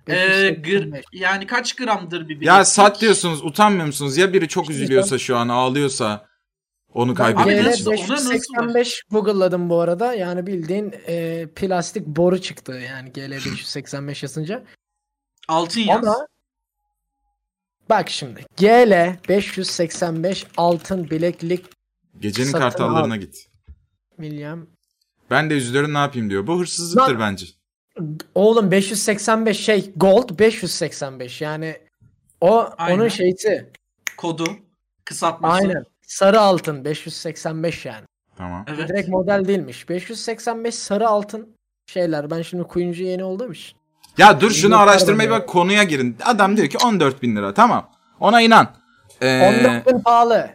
Speaker 2: Ee,
Speaker 3: 585.
Speaker 2: gır, yani kaç gramdır bir
Speaker 1: Ya
Speaker 2: bileklik?
Speaker 1: sat diyorsunuz utanmıyor musunuz? Ya biri çok
Speaker 3: İşte
Speaker 1: üzülüyorsa şu an ağlıyorsa onu
Speaker 2: Abi
Speaker 1: kaybediyor.
Speaker 2: nasıl-
Speaker 3: GL
Speaker 2: ona nasıl
Speaker 1: için.
Speaker 2: ulaştın?
Speaker 3: 585 Google'ladım bu arada. Yani bildiğin e, plastik boru çıktı yani GL 585 yazınca.
Speaker 2: Altın yaz.
Speaker 3: Ama bak şimdi GL 585 altın bileklik
Speaker 1: Gecenin
Speaker 3: Satın
Speaker 1: kartallarına
Speaker 3: al.
Speaker 1: git.
Speaker 3: milyam.
Speaker 1: Ben de üzülüyorum ne yapayım diyor. Bu hırsızlıktır
Speaker 3: Lan-
Speaker 1: bence.
Speaker 3: Oğlum 585 şey gold 585 yani o
Speaker 2: Aynen.
Speaker 3: onun şeysi.
Speaker 2: Kodu. Kısaltması.
Speaker 3: Aynen. Sarı altın 585 yani.
Speaker 1: Tamam.
Speaker 2: Evet.
Speaker 3: Direkt model değilmiş. 585 sarı altın şeyler. Ben şimdi kuyumcu yeni olduğum için.
Speaker 1: Ya dur şunu
Speaker 3: Yok,
Speaker 1: araştırmayı
Speaker 3: pardon
Speaker 1: bak konuya girin. Adam diyor ki 14 bin lira tamam. Ona inan. Ee,
Speaker 3: 14 bin pahalı.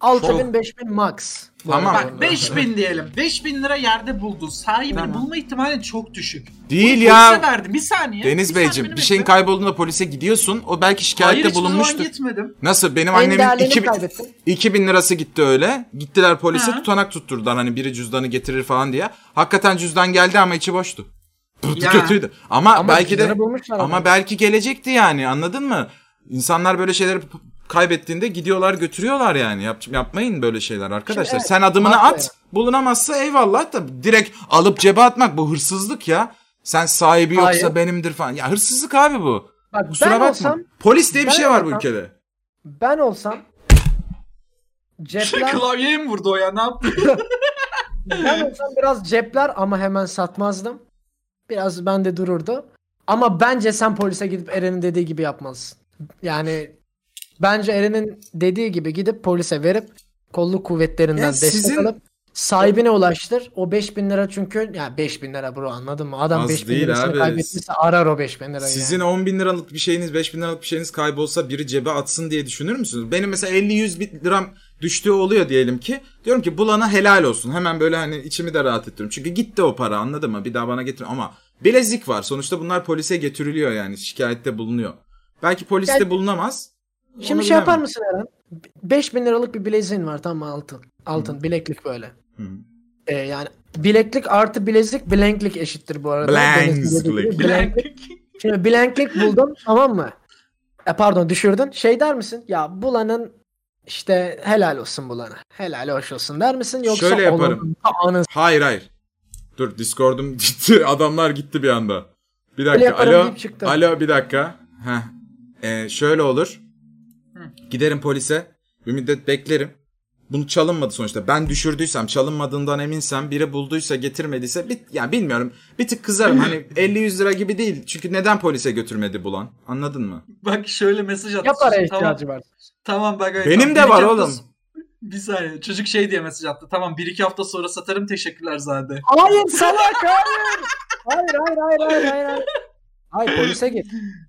Speaker 3: 6000
Speaker 1: çok-
Speaker 3: 5000 max. Bu
Speaker 1: Tamam.
Speaker 3: arada.
Speaker 2: Bak 5000 diyelim. 5000 lira yerde buldun. Sahibini
Speaker 1: Tamam.
Speaker 2: bulma ihtimali çok düşük.
Speaker 1: Değil
Speaker 2: Bunu
Speaker 1: ya.
Speaker 2: polise verdim. Bir saniye.
Speaker 1: Deniz
Speaker 2: bir saniye
Speaker 1: Beyciğim
Speaker 2: beni
Speaker 1: bir şeyin
Speaker 2: bekle.
Speaker 1: kaybolduğunda polise gidiyorsun. O belki
Speaker 2: Hayır
Speaker 1: şikayette
Speaker 2: hiçbir zaman
Speaker 1: bulunmuştur.
Speaker 2: gitmedim.
Speaker 1: Nasıl? Benim
Speaker 3: En
Speaker 1: annemin
Speaker 3: değerlerini
Speaker 1: 2000,
Speaker 3: kaybettim.
Speaker 1: 2000 lirası gitti öyle. Gittiler polise
Speaker 2: Hı.
Speaker 1: tutanak tutturdular hani biri cüzdanı getirir falan diye. Hakikaten cüzdan geldi ama içi boştu. Pırtı
Speaker 2: Ya.
Speaker 1: kötüydü. Ama,
Speaker 3: Ama
Speaker 1: belki de
Speaker 3: cüzdanı bulmuşlar
Speaker 1: ama
Speaker 3: adam.
Speaker 1: belki gelecekti yani anladın mı? İnsanlar böyle şeyleri p- kaybettiğinde gidiyorlar götürüyorlar yani. Yap- yapmayın böyle şeyler arkadaşlar.
Speaker 3: evet,
Speaker 1: Sen adımını
Speaker 3: haklı
Speaker 1: at. Bulunamazsa eyvallah da direkt alıp cebe atmak bu hırsızlık ya. Sen sahibi yoksa
Speaker 3: Hayır.
Speaker 1: benimdir falan. Ya hırsızlık abi bu.
Speaker 3: Bak
Speaker 1: Kusura
Speaker 3: ben
Speaker 1: bakma.
Speaker 3: olsam
Speaker 1: Polis diye bir
Speaker 3: ben
Speaker 1: şey var bu
Speaker 3: olsam-
Speaker 1: ülkede.
Speaker 3: ben olsam cepler
Speaker 2: Klavyeye mi vurdu o ya? Ne yaptı?
Speaker 3: ben olsam biraz cepler ama hemen satmazdım. Biraz bende dururdu. Ama bence sen polise gidip Eren'in dediği gibi yapmazsın. Yani bence Eren'in dediği gibi gidip polise verip kolluk kuvvetlerinden
Speaker 1: Ya
Speaker 3: destek
Speaker 1: sizin-
Speaker 3: alıp sahibine ulaştır. O 5000 lira çünkü ya 5000 lira bro anladın mı? Adam
Speaker 1: Az
Speaker 3: 5000
Speaker 1: değil
Speaker 3: lirasını
Speaker 1: abi.
Speaker 3: kaybettiyse arar o 5000 lirayı.
Speaker 1: Sizin
Speaker 3: yani.
Speaker 1: 10 bin liralık bir şeyiniz, 5 bin liralık bir şeyiniz kaybolsa biri cebe atsın diye düşünür müsünüz? Benim mesela 50-100 bin liram düştüğü oluyor diyelim ki. Diyorum ki bulana helal olsun. Hemen böyle hani içimi de rahat ettiriyorum. Çünkü gitti o para anladın mı? Bir daha bana getir ama bilezik var. Sonuçta bunlar polise getiriliyor yani şikayette bulunuyor. Belki poliste
Speaker 3: Yani-
Speaker 1: bulunamaz.
Speaker 3: Şimdi
Speaker 1: Onu
Speaker 3: şey yapar
Speaker 1: bilemem.
Speaker 3: mısın Eren? 5000 liralık bir bileziğin var tamam mı? altın. Altın bileklik böyle.
Speaker 1: Hı.
Speaker 3: Ee, yani bileklik artı bilezik blanklik eşittir bu arada.
Speaker 1: Blanklik.
Speaker 3: Deniz'in dediği gibi
Speaker 2: Bilen-
Speaker 3: Şimdi blanklik buldum tamam mı? E pardon düşürdün. Şey der misin? Ya bulanın işte helal olsun bulana. Helal hoş olsun der misin? Yoksa
Speaker 1: Şöyle yaparım.
Speaker 3: Anı
Speaker 1: Hayır hayır. Dur Discord'um gitti. Adamlar gitti bir anda. Bir
Speaker 3: Öyle
Speaker 1: dakika.
Speaker 3: yaparım
Speaker 1: Alo.
Speaker 3: deyip çıktı.
Speaker 1: Alo bir dakika. Heh. Ee, şöyle olur. Giderim polise. Bir müddet beklerim. Bunu çalınmadı sonuçta. Ben düşürdüysem, çalınmadığından eminsem, biri bulduysa, getirmediyse bit yani bilmiyorum. Bir tık kızarım. hani 50 100 lira gibi değil. Çünkü neden polise götürmedi bulan? Anladın mı?
Speaker 2: Bak şöyle mesaj atmış.
Speaker 3: Ya paraya
Speaker 2: tamam,
Speaker 3: ihtiyacı var.
Speaker 2: tamam bak. öyle.
Speaker 1: Benim
Speaker 2: Tamam, bir
Speaker 1: de var
Speaker 2: iki hafta
Speaker 1: oğlum.
Speaker 2: s- Bir saniye. Çocuk şey diye mesaj attı. Tamam bir iki hafta sonra satarım teşekkürler zade.
Speaker 3: Hayır salak hayır. Hayır hayır hayır hayır hayır. hayır. Hayır polise git.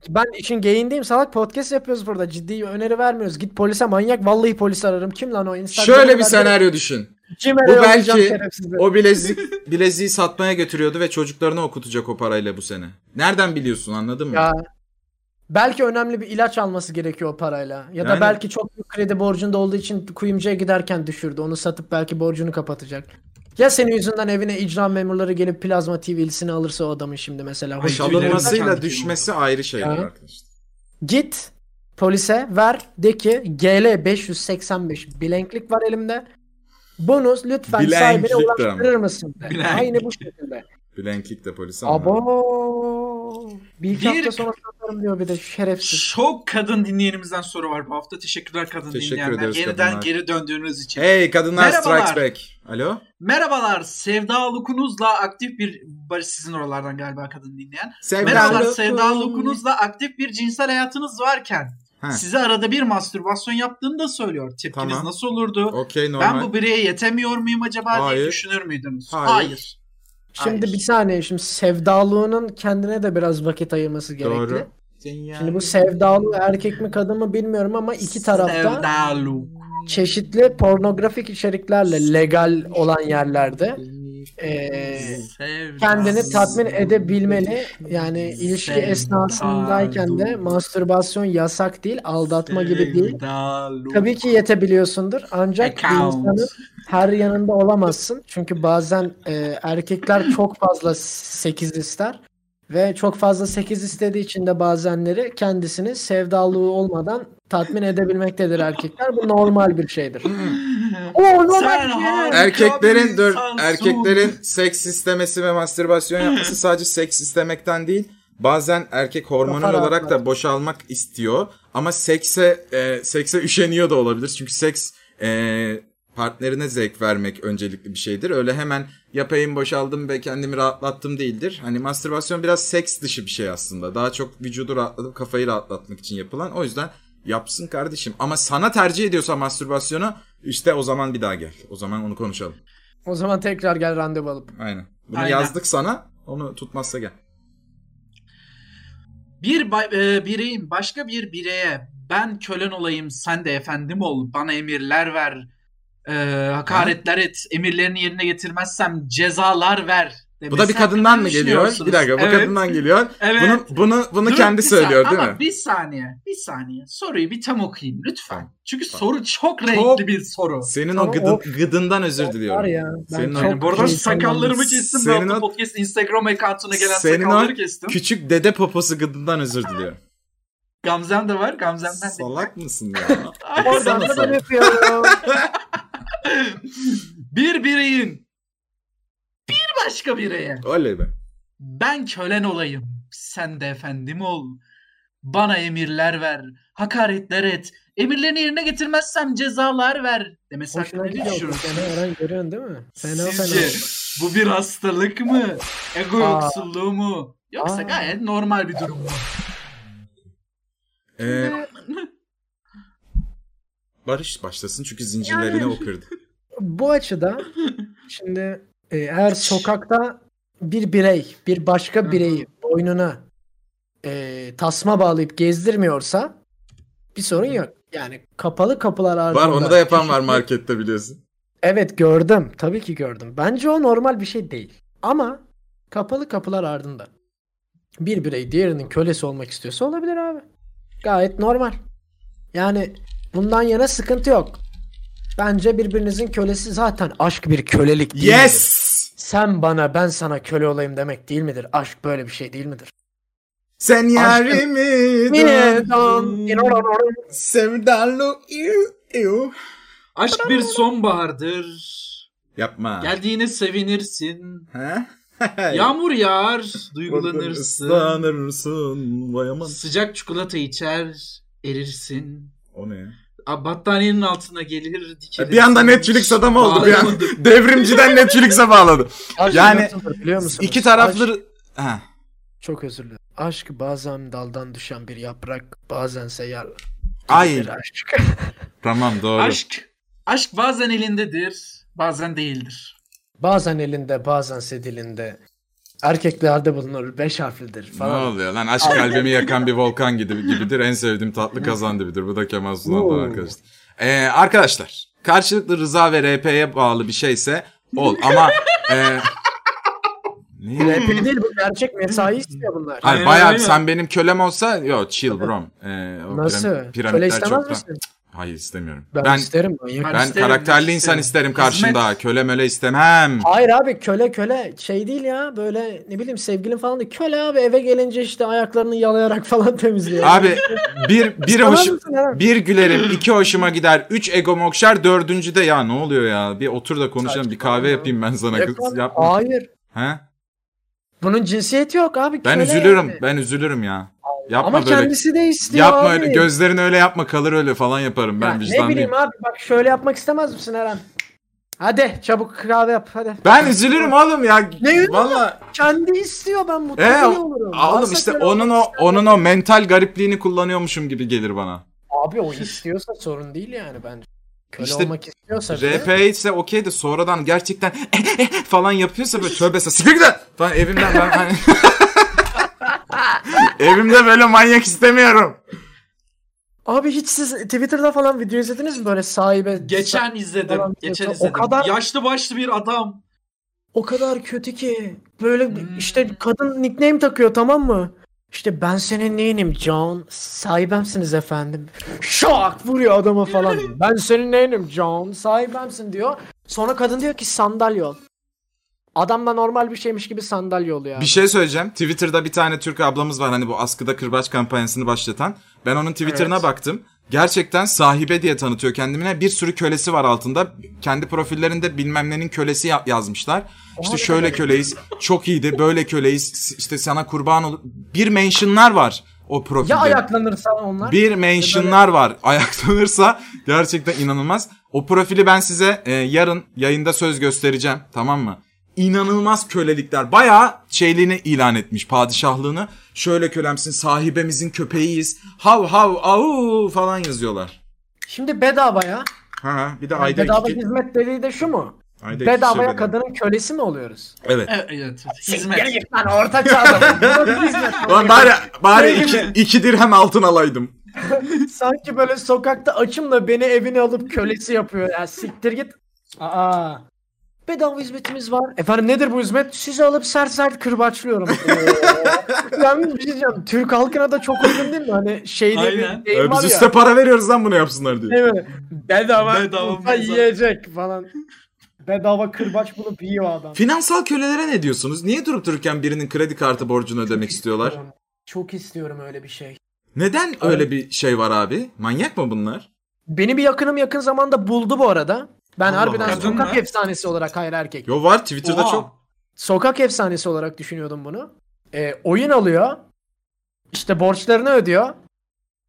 Speaker 3: Ben için geyiğindeyim salak podcast yapıyoruz burada. Ciddi öneri vermiyoruz. Git polise manyak vallahi polis ararım. Kim lan o Instagram?
Speaker 1: Şöyle bir senaryo düşün. Bu belki O bilezik bileziği satmaya götürüyordu ve çocuklarını okutacak o parayla bu sene. Nereden biliyorsun anladın mı?
Speaker 3: Ya, belki önemli bir ilaç alması gerekiyor o parayla. Ya da
Speaker 1: Yani-
Speaker 3: belki çok büyük kredi borcunda olduğu için kuyumcuya giderken düşürdü. Onu satıp belki borcunu kapatacak. Ya senin yüzünden evine icra memurları gelip plazma TV'lisini alırsa o adamın şimdi mesela.
Speaker 2: Ay,
Speaker 3: Hocam-
Speaker 1: Çalınmasıyla düşmesi ayrı şey şeyler
Speaker 3: Ya.
Speaker 1: arkadaşlar.
Speaker 3: Git polise ver de ki GL 585 blanklik var elimde. Bunu lütfen
Speaker 1: Blanklik de
Speaker 3: sahibine
Speaker 1: ama.
Speaker 3: ulaştırır mısın? de.
Speaker 2: Blanklik.
Speaker 3: Aynı bu şekilde.
Speaker 1: Blanklik de polise ama.
Speaker 3: Abo. Bir iki
Speaker 2: Bir-
Speaker 3: hafta sonra satarım diyor bir de şerefsiz.
Speaker 2: Çok kadın dinleyenimizden soru var bu hafta. Teşekkürler kadın
Speaker 1: Teşekkür
Speaker 2: dinleyenler.
Speaker 1: ederiz
Speaker 2: Yeniden
Speaker 1: kadınlar. E-
Speaker 2: geri döndüğünüz için.
Speaker 1: Hey kadınlar
Speaker 2: Merhabalar.
Speaker 1: strikes back. Alo?
Speaker 2: Merhabalar Sevda Lukunuz'la aktif bir... Barış sizin oralardan galiba kadın dinleyen.
Speaker 1: Sevda
Speaker 2: Merhabalar
Speaker 1: Lokun.
Speaker 2: Sevda Lukunuz'la aktif bir cinsel hayatınız varken
Speaker 1: He.
Speaker 2: size arada bir mastürbasyon yaptığını da söylüyor. Tepkiniz
Speaker 1: Tamam.
Speaker 2: nasıl olurdu?
Speaker 1: Okey
Speaker 2: ben
Speaker 1: normal.
Speaker 2: bu bireye yetemiyor muyum acaba
Speaker 1: Hayır.
Speaker 2: diye düşünür müydünüz?
Speaker 1: Hayır.
Speaker 3: Şimdi
Speaker 2: Hayır.
Speaker 3: bir saniye şimdi sevdalığının kendine de biraz vakit ayırması gerekli.
Speaker 1: Doğru.
Speaker 3: Şimdi bu sevdalı erkek mi kadın mı bilmiyorum ama iki tarafta
Speaker 2: Sevda Luk.
Speaker 3: çeşitli pornografik içeriklerle legal olan yerlerde
Speaker 1: Ee,
Speaker 3: eee
Speaker 2: Sevda
Speaker 3: kendini
Speaker 2: Luk.
Speaker 3: tatmin edebilmeli. Yani ilişki
Speaker 2: Sevdalı.
Speaker 3: esnasındayken de mastürbasyon yasak değil, aldatma gibi değil.
Speaker 2: Sevda Luk.
Speaker 3: Tabii ki yetebiliyorsundur ancak bir
Speaker 2: Account.
Speaker 3: insanın her yanında olamazsın. Çünkü bazen e, erkekler çok fazla sekiz ister ve çok fazla sekiz istediği için de bazenleri kendisini sevdalığı olmadan tatmin edebilmektedir erkekler. Bu normal bir şeydir. O
Speaker 2: Sen
Speaker 3: normal şey.
Speaker 2: harika-
Speaker 3: ki.
Speaker 1: Erkeklerin dur
Speaker 2: Samsun.
Speaker 1: erkeklerin seks istemesi ve mastürbasyon yapması sadece seks istemekten değil. Bazen erkek hormonal
Speaker 3: Kafa
Speaker 1: olarak da
Speaker 3: rahatlatmak.
Speaker 1: boşalmak istiyor ama sekse e, sekse üşeniyor da olabilir. Çünkü seks e, partnerine zevk vermek öncelikli bir şeydir. Öyle hemen yapayım boşaldım ve kendimi rahatlattım değildir. Hani mastürbasyon biraz seks dışı bir şey aslında. Daha çok vücudu rahatlatıp kafayı rahatlatmak için yapılan. O yüzden yapsın kardeşim. Ama sana tercih ediyorsa mastürbasyonu işte o zaman bir daha gel. O zaman onu konuşalım.
Speaker 3: O zaman tekrar gel randevu alıp.
Speaker 1: Aynen. Bunu
Speaker 2: Aynen.
Speaker 1: yazdık sana. Onu tutmazsa gel.
Speaker 2: Bir ba- e, bireyin başka bir bireye ben kölen olayım sen de efendim ol bana emirler ver e, hakaretler et emirlerini yerine getirmezsem cezalar ver.
Speaker 1: Bu da bir
Speaker 2: demesi
Speaker 1: kadından
Speaker 2: hakkında
Speaker 1: mı
Speaker 2: ne
Speaker 1: geliyor? Bir dakika bu
Speaker 2: düşünüyorsunuz? Evet,
Speaker 1: kadından geliyor.
Speaker 2: evet.
Speaker 1: Bunu bunu bunu
Speaker 2: Dur,
Speaker 1: kendi
Speaker 2: bir saniye,
Speaker 1: söylüyor değil
Speaker 2: ama
Speaker 1: mi?
Speaker 2: bir saniye, bir saniye. Soruyu bir tam okuyayım lütfen.
Speaker 1: Tamam,
Speaker 2: Çünkü
Speaker 1: tamam.
Speaker 2: soru çok renkli
Speaker 1: Çok-
Speaker 2: bir soru.
Speaker 1: Senin o
Speaker 3: Tamam,
Speaker 1: gıdın,
Speaker 3: of.
Speaker 1: gıdından özür
Speaker 3: Var
Speaker 1: diliyorum.
Speaker 3: ya. Ben
Speaker 1: Senin
Speaker 3: çok
Speaker 1: oyunun.
Speaker 2: Yani bu arada
Speaker 3: keyif
Speaker 2: sakallarımı
Speaker 3: aldım.
Speaker 2: kestim.
Speaker 1: Senin
Speaker 2: ben
Speaker 1: o-
Speaker 2: o... podcast Instagram account'una gelen
Speaker 1: Senin o-
Speaker 2: sakalları kestim.
Speaker 1: Küçük dede poposu gıdından özür diliyor.
Speaker 2: Gamzem de var. Gamzemden de.
Speaker 1: Salak mısın ya?
Speaker 2: Ay,
Speaker 3: Oradan
Speaker 1: Sana
Speaker 3: da
Speaker 1: sana.
Speaker 3: ben öpüyorum.
Speaker 2: bir bireyin bir başka bireye
Speaker 1: Oley be.
Speaker 2: ben kölen olayım sen de efendim ol bana emirler ver hakaretler et emirlerini yerine getirmezsem cezalar ver demesi hakkında
Speaker 3: Hoşuna
Speaker 2: ne
Speaker 3: gidiyor.
Speaker 2: düşünüyorsunuz?
Speaker 3: Seni Eren görüyorsun değil mi? Fena fena.
Speaker 2: Sizce bu bir hastalık mı? Ego
Speaker 3: Aa.
Speaker 2: yoksulluğu mu? Yoksa
Speaker 3: Aa.
Speaker 2: gayet normal bir durum mu?
Speaker 1: Ee, Barış başlasın çünkü zincirlerini o kırdı.
Speaker 3: Bu açıda şimdi e, eğer sokakta bir birey, bir başka bireyi boynuna e, tasma bağlayıp gezdirmiyorsa bir sorun yok. Yani kapalı kapılar ardında.
Speaker 1: Var onu da yapan var
Speaker 3: çeşitli-
Speaker 1: markette biliyorsun.
Speaker 3: Evet gördüm. Tabii ki gördüm. Bence o normal bir şey değil. Ama kapalı kapılar ardında bir birey diğerinin kölesi olmak istiyorsa olabilir abi. Gayet normal. Yani bundan yana sıkıntı yok. Bence birbirinizin kölesi zaten aşk bir kölelik değil midir?
Speaker 1: Yes!
Speaker 3: Sen bana ben sana köle olayım demek değil midir? Aşk böyle bir şey değil midir?
Speaker 1: Sen
Speaker 3: Aşkım.
Speaker 1: yarimi dön. Sevdalı iu iu.
Speaker 2: Aşk bir sonbahardır.
Speaker 1: Yapma.
Speaker 2: Geldiğine sevinirsin.
Speaker 1: Ha?
Speaker 2: Yağmur yağar, duygulanırsın.
Speaker 1: Islanırsın. Vay aman.
Speaker 2: Sıcak çikolata içer, erirsin.
Speaker 1: O ne?
Speaker 2: Abi battaniyenin altına gelir dikilir.
Speaker 1: Bir anda Netflix adamı oldu bir an.
Speaker 2: Bağlamadı.
Speaker 1: Devrimciden Netflix'e bağladı.
Speaker 3: Aşk
Speaker 1: Yani
Speaker 3: nasıldır biliyor musunuz?
Speaker 1: İki
Speaker 3: Aşk-
Speaker 1: tarafları... Ha.
Speaker 3: çok özür dilerim. Aşk bazen daldan düşen bir yaprak, bazense yar.
Speaker 1: Ay
Speaker 3: Aşk.
Speaker 1: tamam doğru.
Speaker 2: Aşk, aşk bazen elindedir, bazen değildir.
Speaker 3: Bazen elinde, bazense dilinde. Erkeklerde bulunur, beş harflidir
Speaker 1: Ne
Speaker 3: falan.
Speaker 1: oluyor lan aşk kalbimi yakan bir volkan gibi gibidir. En sevdiğim tatlı kazan gibidir. Bu da Kemal Sunal'dan
Speaker 3: Oo.
Speaker 1: arkadaşlar. Ee, arkadaşlar karşılıklı rıza ve RP'ye bağlı bir şeyse ol ama e,
Speaker 3: Bu
Speaker 1: ne?
Speaker 3: Rap'i değil bu gerçek mesai istiyor bunlar.
Speaker 1: Hayır,
Speaker 2: Aynen,
Speaker 1: bayağı
Speaker 2: aynen.
Speaker 1: sen benim kölem olsa yo chill bro. Ee, o
Speaker 3: Nasıl?
Speaker 1: piram-
Speaker 3: Köle
Speaker 1: piramitler
Speaker 3: istemez
Speaker 1: çoktan-
Speaker 3: misin?
Speaker 1: Hayır istemiyorum.
Speaker 3: Ben,
Speaker 1: Ben ben,
Speaker 3: isterim. manyak.
Speaker 2: Ben isterim,
Speaker 1: karakterli
Speaker 2: ben
Speaker 1: insan
Speaker 2: isterim.
Speaker 1: isterim karşımda.
Speaker 2: Hizmet.
Speaker 1: Köle möle istemem.
Speaker 3: Hayır abi köle köle şey değil ya böyle ne bileyim sevgilin falan da köle abi eve gelince işte ayaklarını yalayarak falan temizliyor.
Speaker 1: Abi bir bir
Speaker 3: Tamam
Speaker 1: hoş,
Speaker 3: mısın Eren?
Speaker 1: Bir gülerim, iki hoşuma gider, üç egom okşar, dördüncü de ya ne oluyor ya? Bir otur da konuşalım, bir kahve yapayım ben sana
Speaker 3: Yapma.
Speaker 1: kız. Yapma.
Speaker 3: Hayır.
Speaker 1: He?
Speaker 3: Bunun cinsiyeti yok abi.
Speaker 1: Ben
Speaker 3: köle
Speaker 1: üzülürüm,
Speaker 3: yani.
Speaker 1: ben üzülürüm ya. Yapma
Speaker 3: Ama
Speaker 1: böyle.
Speaker 3: kendisi de istiyor
Speaker 1: yapma
Speaker 3: abi.
Speaker 1: öyle, gözlerini öyle yapma, kalır öyle falan yaparım
Speaker 3: Ya
Speaker 1: ben
Speaker 3: Ne
Speaker 1: vicdanlıyım.
Speaker 3: bileyim abi bak şöyle yapmak istemez misin Eren? Hadi çabuk kahve yap hadi.
Speaker 1: Ben üzülürüm oğlum ya.
Speaker 3: Ne üzülüyorsun?
Speaker 1: Valla.
Speaker 3: Kendi istiyor ben mutlu
Speaker 1: Ee,
Speaker 3: bile olurum.
Speaker 1: Oğlum
Speaker 3: Varsa
Speaker 1: işte
Speaker 3: köle
Speaker 1: onun o
Speaker 3: olmak
Speaker 1: onun o mental garipliğini kullanıyormuşum gibi gelir bana.
Speaker 3: Abi o istiyorsa sorun değil yani bence. Köle
Speaker 1: İşte
Speaker 3: olmak istiyorsa bile-
Speaker 1: RP ise okey de sonradan gerçekten eh, falan yapıyorsa böyle tövbe sen sikir git lan falan evimden ben hani... Evimde böyle manyak istemiyorum.
Speaker 3: Abi hiç siz Twitter'da falan video izlediniz mi böyle sahibe?
Speaker 2: Geçen izledim,
Speaker 3: Falan
Speaker 2: geçen
Speaker 3: diyorsa o
Speaker 2: izledim.
Speaker 3: kadar-
Speaker 2: Yaşlı başlı bir adam.
Speaker 3: O kadar kötü ki. Böyle bir-
Speaker 2: Hmm.
Speaker 3: işte kadın nickname takıyor tamam mı? İşte ben senin neyinim John? Sahibemsiniz efendim. Şak vuruyor adama falan. ben senin neyinim John? Sahibemsin diyor. Sonra kadın diyor ki sandalye ol. Adam da normal bir şeymiş gibi sandalye oluyor. abi.
Speaker 1: Bir şey söyleyeceğim. Twitter'da bir tane Türk ablamız var hani bu askıda kırbaç kampanyasını başlatan. Ben onun Twitter'ına
Speaker 3: Evet.
Speaker 1: baktım. Gerçekten sahibe diye tanıtıyor kendine. Bir sürü kölesi var altında. Kendi profillerinde bilmem nenin kölesi ya- yazmışlar. İşte
Speaker 3: ne
Speaker 1: şöyle köleyiz, çok iyiydi, böyle köleyiz, s- işte sana kurban olur. Bir mentionlar var o profilde.
Speaker 3: Ya ayaklanırsa onlar.
Speaker 1: Bir mentionlar var. Ayaklanırsa gerçekten inanılmaz. O profili ben size e, yarın yayında söz göstereceğim. Tamam mı? İnanılmaz kölelikler. Bayağı şeyliğini ilan etmiş padişahlığını. Şöyle kölemsin sahibemizin köpeğiyiz. Hav hav au falan yazıyorlar.
Speaker 3: Şimdi bedava ya.
Speaker 1: Ha bir de
Speaker 3: Yani
Speaker 1: ayda
Speaker 3: bedava
Speaker 1: iki,
Speaker 3: hizmet dediği de şu mu?
Speaker 1: ayda iki
Speaker 3: Bedavaya
Speaker 1: söyledi.
Speaker 3: kadının kölesi mi oluyoruz?
Speaker 1: Evet.
Speaker 2: Evet, evet.
Speaker 3: Gel
Speaker 2: Hizmet.
Speaker 3: git lan orta çağda. Nasıl hizmet?
Speaker 1: Lan bari, bari
Speaker 3: Şey
Speaker 1: iki,
Speaker 3: gibi.
Speaker 1: iki dirhem altın alaydım.
Speaker 3: Sanki böyle sokakta açım da beni evine alıp kölesi yapıyor. Ya siktir git. Aa. Bedava hizmetimiz var. Efendim nedir bu hizmet? Sizi alıp sert sert kırbaçlıyorum. Ee, Yalnız bir şey diyeceğim. Türk halkına da çok uygun değil mi? Hani şeyde
Speaker 2: Aynen.
Speaker 3: bir deyim
Speaker 1: Ee,
Speaker 3: var
Speaker 1: biz
Speaker 3: ya.
Speaker 1: üste para veriyoruz lan bunu yapsınlar diye.
Speaker 3: Değil mi? Bedava,
Speaker 2: Bedava
Speaker 3: insan
Speaker 2: mezar.
Speaker 3: yiyecek falan. Bedava kırbaç bulup yiyor adam.
Speaker 1: Finansal kölelere ne diyorsunuz? Niye durup dururken birinin kredi kartı borcunu ödemek istiyorlar?
Speaker 3: Çok istiyorum öyle bir şey.
Speaker 1: Neden öyle bir şey var abi? Manyak mı bunlar?
Speaker 3: Beni bir yakınım yakın zamanda buldu bu arada. Ben
Speaker 1: Allah
Speaker 3: harbiden
Speaker 1: Allah.
Speaker 3: sokak
Speaker 2: Kadın mı?
Speaker 3: efsanesi olarak hayır erkek.
Speaker 1: Yo var Twitter'da
Speaker 2: Oha.
Speaker 1: çok.
Speaker 3: sokak efsanesi olarak düşünüyordum bunu. Ee, oyun alıyor. İşte borçlarını ödüyor.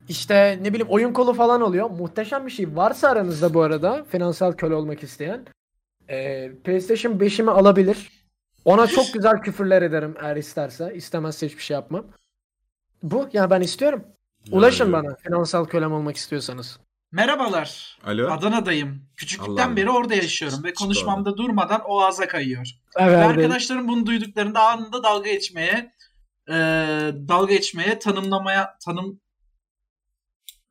Speaker 3: İşte ne bileyim oyun kolu falan oluyor. Muhteşem bir şey. Varsa aranızda bu arada finansal köle olmak isteyen. ee, PlayStation 5'imi alabilir. Ona çok güzel küfürler ederim eğer isterse. İstemezse hiçbir şey yapmam. Bu ya ben istiyorum. Ulaşın
Speaker 1: Yani-
Speaker 3: bana finansal kölem olmak istiyorsanız.
Speaker 2: Merhabalar.
Speaker 1: Alo.
Speaker 2: Adana'dayım. Küçüklükten
Speaker 1: Allah'ım.
Speaker 2: beri orada yaşıyorum ve konuşmamda durmadan o ağza kayıyor. Ve
Speaker 3: Evet.
Speaker 2: arkadaşlarım bunu duyduklarında anında dalga geçmeye e, dalga geçmeye tanımlamaya tanım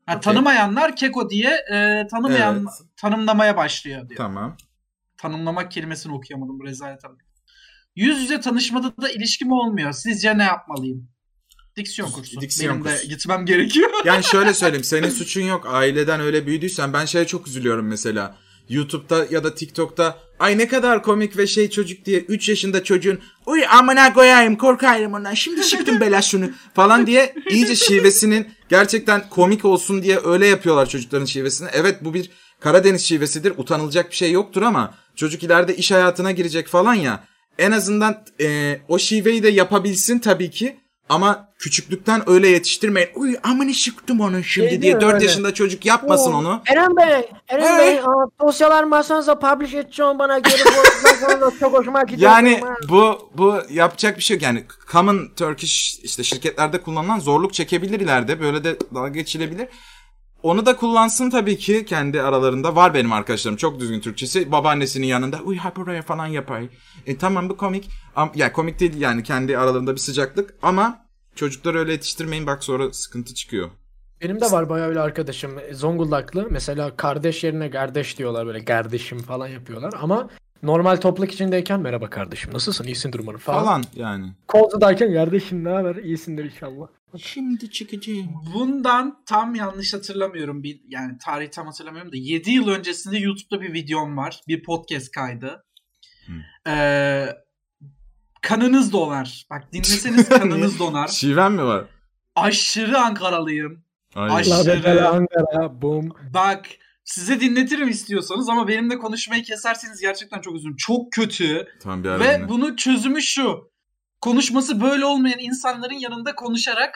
Speaker 2: Ha,
Speaker 1: Okey.
Speaker 2: tanımayanlar keko diye e, tanımayan
Speaker 1: Evet.
Speaker 2: tanımlamaya başlıyor diyor.
Speaker 1: Tamam.
Speaker 2: Tanımlamak kelimesini okuyamadım bu rezalet abi. Yüz yüze tanışmada da ilişkim olmuyor. Sizce ne yapmalıyım? Diksiyon kursu.
Speaker 1: Diksiyon
Speaker 2: Benim
Speaker 1: kursu.
Speaker 2: de gitmem gerekiyor.
Speaker 1: Yani şöyle söyleyeyim senin suçun yok. Aileden öyle büyüdüysen ben şeye çok üzülüyorum mesela. YouTube'da ya da TikTok'ta ay ne kadar komik ve şey çocuk diye 3 yaşında çocuğun uy amına koyayım korkarım ondan şimdi çıktım bela şunu falan diye iyice şivesinin gerçekten komik olsun diye öyle yapıyorlar çocukların şivesini. Evet bu bir Karadeniz şivesidir utanılacak bir şey yoktur ama çocuk ileride iş hayatına girecek falan ya en azından e, o şiveyi de yapabilsin tabii ki Ama küçüklükten öyle yetiştirmeyin. Uy amına şıktım onu şimdi
Speaker 3: Şey değil
Speaker 1: diye
Speaker 3: mi
Speaker 1: 4
Speaker 3: böyle?
Speaker 1: yaşında çocuk yapmasın
Speaker 3: Oo,
Speaker 1: onu.
Speaker 3: Eren Bey, Eren
Speaker 1: Evet.
Speaker 3: Bey, aa, dosyalar masanıza publish edeceğim bana geri koyduğundan çok hoşuma gidiyor.
Speaker 1: Yani
Speaker 3: Ama-
Speaker 1: bu bu yapacak bir şey yok. Yani common Turkish işte şirketlerde kullanılan zorluk çekebilir ileride. Böyle de dalga geçilebilir. Onu da kullansın tabii ki kendi aralarında. Var benim arkadaşlarım çok düzgün Türkçesi. Babaannesinin yanında uy hyperray falan yapar. E tamam bu komik. Am- ya komik değil yani kendi aralarında bir sıcaklık ama çocukları öyle yetiştirmeyin bak sonra sıkıntı çıkıyor.
Speaker 3: Benim de var bayağı öyle arkadaşım e, Zonguldaklı. Mesela kardeş yerine kardeş diyorlar böyle kardeşim falan yapıyorlar ama normal topluluk içindeyken merhaba kardeşim nasılsın iyisindir umarım falan.
Speaker 1: Falan yani.
Speaker 3: Koltuğdayken kardeşim ne haber iyisindir inşallah.
Speaker 1: Şimdi çıkacağım.
Speaker 2: Bundan tam yanlış hatırlamıyorum. Bir, yani tarihi tam hatırlamıyorum da 7 yıl öncesinde YouTube'da bir videom var. Bir podcast kaydı.
Speaker 1: Hmm.
Speaker 2: Ee, kanınız donar. Bak dinleseniz kanınız donar.
Speaker 1: Şiven mi var?
Speaker 2: Aşırı Ankaralıyım.
Speaker 1: Ay.
Speaker 2: Ay.
Speaker 3: La
Speaker 2: Aşırı.
Speaker 3: bebele Ankara boom.
Speaker 2: Bak size dinletirim istiyorsanız ama benimle konuşmayı keserseniz gerçekten çok üzülürüm. Çok kötü.
Speaker 1: Tamam bir ara
Speaker 2: Ve
Speaker 1: dinle.
Speaker 2: bunun çözümü şu. Konuşması böyle olmayan insanların yanında konuşarak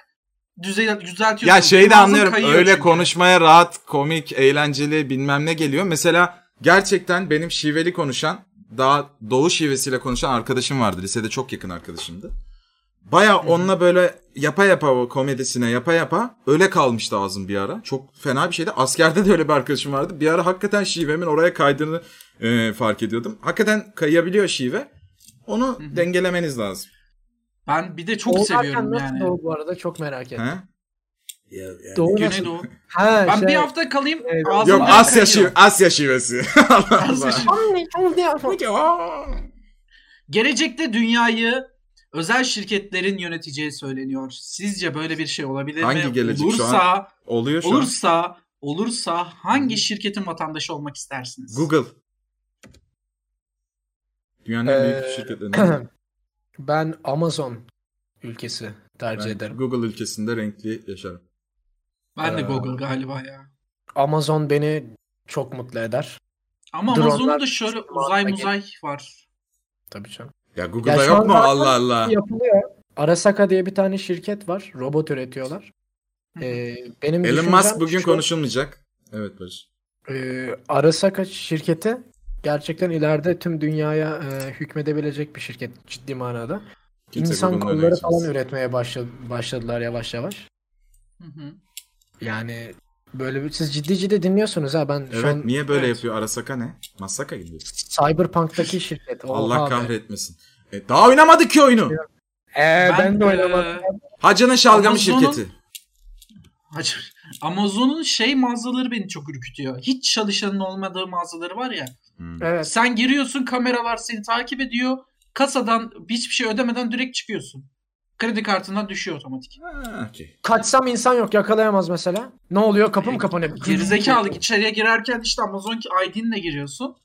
Speaker 2: düzel düzeltiyorsun.
Speaker 1: Ya şeyi de
Speaker 2: Ağzın
Speaker 1: anlıyorum.
Speaker 2: kayıyor
Speaker 1: Öyle
Speaker 2: çünkü.
Speaker 1: konuşmaya rahat, komik, eğlenceli bilmem ne geliyor. Mesela gerçekten benim şiveli konuşan, daha doğu şivesiyle konuşan arkadaşım vardı. Lisede çok yakın arkadaşımdı. Baya onunla böyle yapa yapa o komedisine yapa yapa öyle kalmıştı ağzım bir ara. Çok fena bir şeydi. Askerde de öyle bir arkadaşım vardı. Bir ara hakikaten şivemin oraya kaydığını e, fark ediyordum. Hakikaten kayabiliyor şive. Onu dengelemeniz lazım.
Speaker 2: Ben bir de çok
Speaker 3: Doğu
Speaker 2: seviyorum
Speaker 3: derken nasıl
Speaker 2: yani.
Speaker 3: Doğu bu arada çok merak ettim.
Speaker 1: He?
Speaker 3: Doğu nasıl?
Speaker 2: Güneydoğu.
Speaker 3: Ha,
Speaker 2: Ben
Speaker 3: şey,
Speaker 2: bir hafta kalayım.
Speaker 3: Evet.
Speaker 2: ağzımdan
Speaker 1: Yok Asya,
Speaker 2: kayıyor.
Speaker 1: şive, Asya şivesi. Allah
Speaker 2: Asya
Speaker 1: Allah.
Speaker 2: şivesi.
Speaker 3: Anne, çok ne yapalım?
Speaker 2: Gelecekte dünyayı özel şirketlerin yöneteceği söyleniyor. Sizce böyle bir şey olabilir mi?
Speaker 1: Hangi gelecek şu
Speaker 2: olursa,
Speaker 1: an? Oluyor şu an.
Speaker 2: Olursa, olursa hangi şirketin vatandaşı olmak istersiniz?
Speaker 1: Google. Dünyanın en büyük
Speaker 3: Ee,
Speaker 1: şirketlerinden.
Speaker 3: Ben Amazon ülkesi tercih
Speaker 1: Ben
Speaker 3: ederim.
Speaker 1: Google ülkesinde renkli yaşarım.
Speaker 2: Ben de
Speaker 3: Ee,
Speaker 2: Google galiba ya.
Speaker 3: Amazon beni çok mutlu eder.
Speaker 2: Ama
Speaker 3: Dronelar-
Speaker 2: Amazon'da şöyle uzay muzay var.
Speaker 3: Tabii canım.
Speaker 1: Ya Google'da
Speaker 3: Ya şu
Speaker 1: yok mu?
Speaker 3: anda-
Speaker 1: Allah Allah.
Speaker 3: Yapılıyor. Arasaka diye bir tane şirket var. Robot üretiyorlar.
Speaker 2: Hı.
Speaker 3: Ee, benim
Speaker 1: Elon
Speaker 3: düşüncem
Speaker 1: Musk bugün
Speaker 3: şu,
Speaker 1: konuşulmayacak. Evet Barış.
Speaker 3: E, Arasaka şirketi gerçekten ileride tüm dünyaya e, hükmedebilecek bir şirket ciddi manada.
Speaker 1: Kimse
Speaker 3: İnsan
Speaker 1: Google'ın önüne
Speaker 3: kolları
Speaker 1: geçemez.
Speaker 3: falan üretmeye başla, başladılar yavaş yavaş.
Speaker 2: Hı hı.
Speaker 3: Yani böyle bir, siz ciddi ciddi dinliyorsunuz ha ben şu
Speaker 1: Evet
Speaker 3: an
Speaker 1: niye böyle
Speaker 2: Evet.
Speaker 1: yapıyor? Arasaka ne? Masaka gibi.
Speaker 3: Cyberpunk'taki şirket. Oha
Speaker 1: Allah
Speaker 3: be.
Speaker 1: kahretmesin. E, daha oynamadık ki oyunu.
Speaker 3: Ee, ben, de oynamadım.
Speaker 2: e,
Speaker 1: Hacı'nın şalgamı
Speaker 2: Amazon'un-
Speaker 1: şirketi.
Speaker 2: Hayır. Amazon'un şey mağazaları beni çok ürkütüyor. Hiç çalışanın olmadığı mağazaları var ya.
Speaker 1: Hmm.
Speaker 3: Evet.
Speaker 2: Sen giriyorsun kameralar seni takip ediyor. Kasadan hiçbir şey ödemeden direkt çıkıyorsun. Kredi kartından düşüyor otomatik.
Speaker 1: Ha, okey.
Speaker 3: Kaçsam insan yok yakalayamaz mesela. Ne oluyor
Speaker 2: E,
Speaker 3: kapı mı kapanıyor?
Speaker 2: Gerizekalı içeriye girerken işte Amazon ID'nle giriyorsun.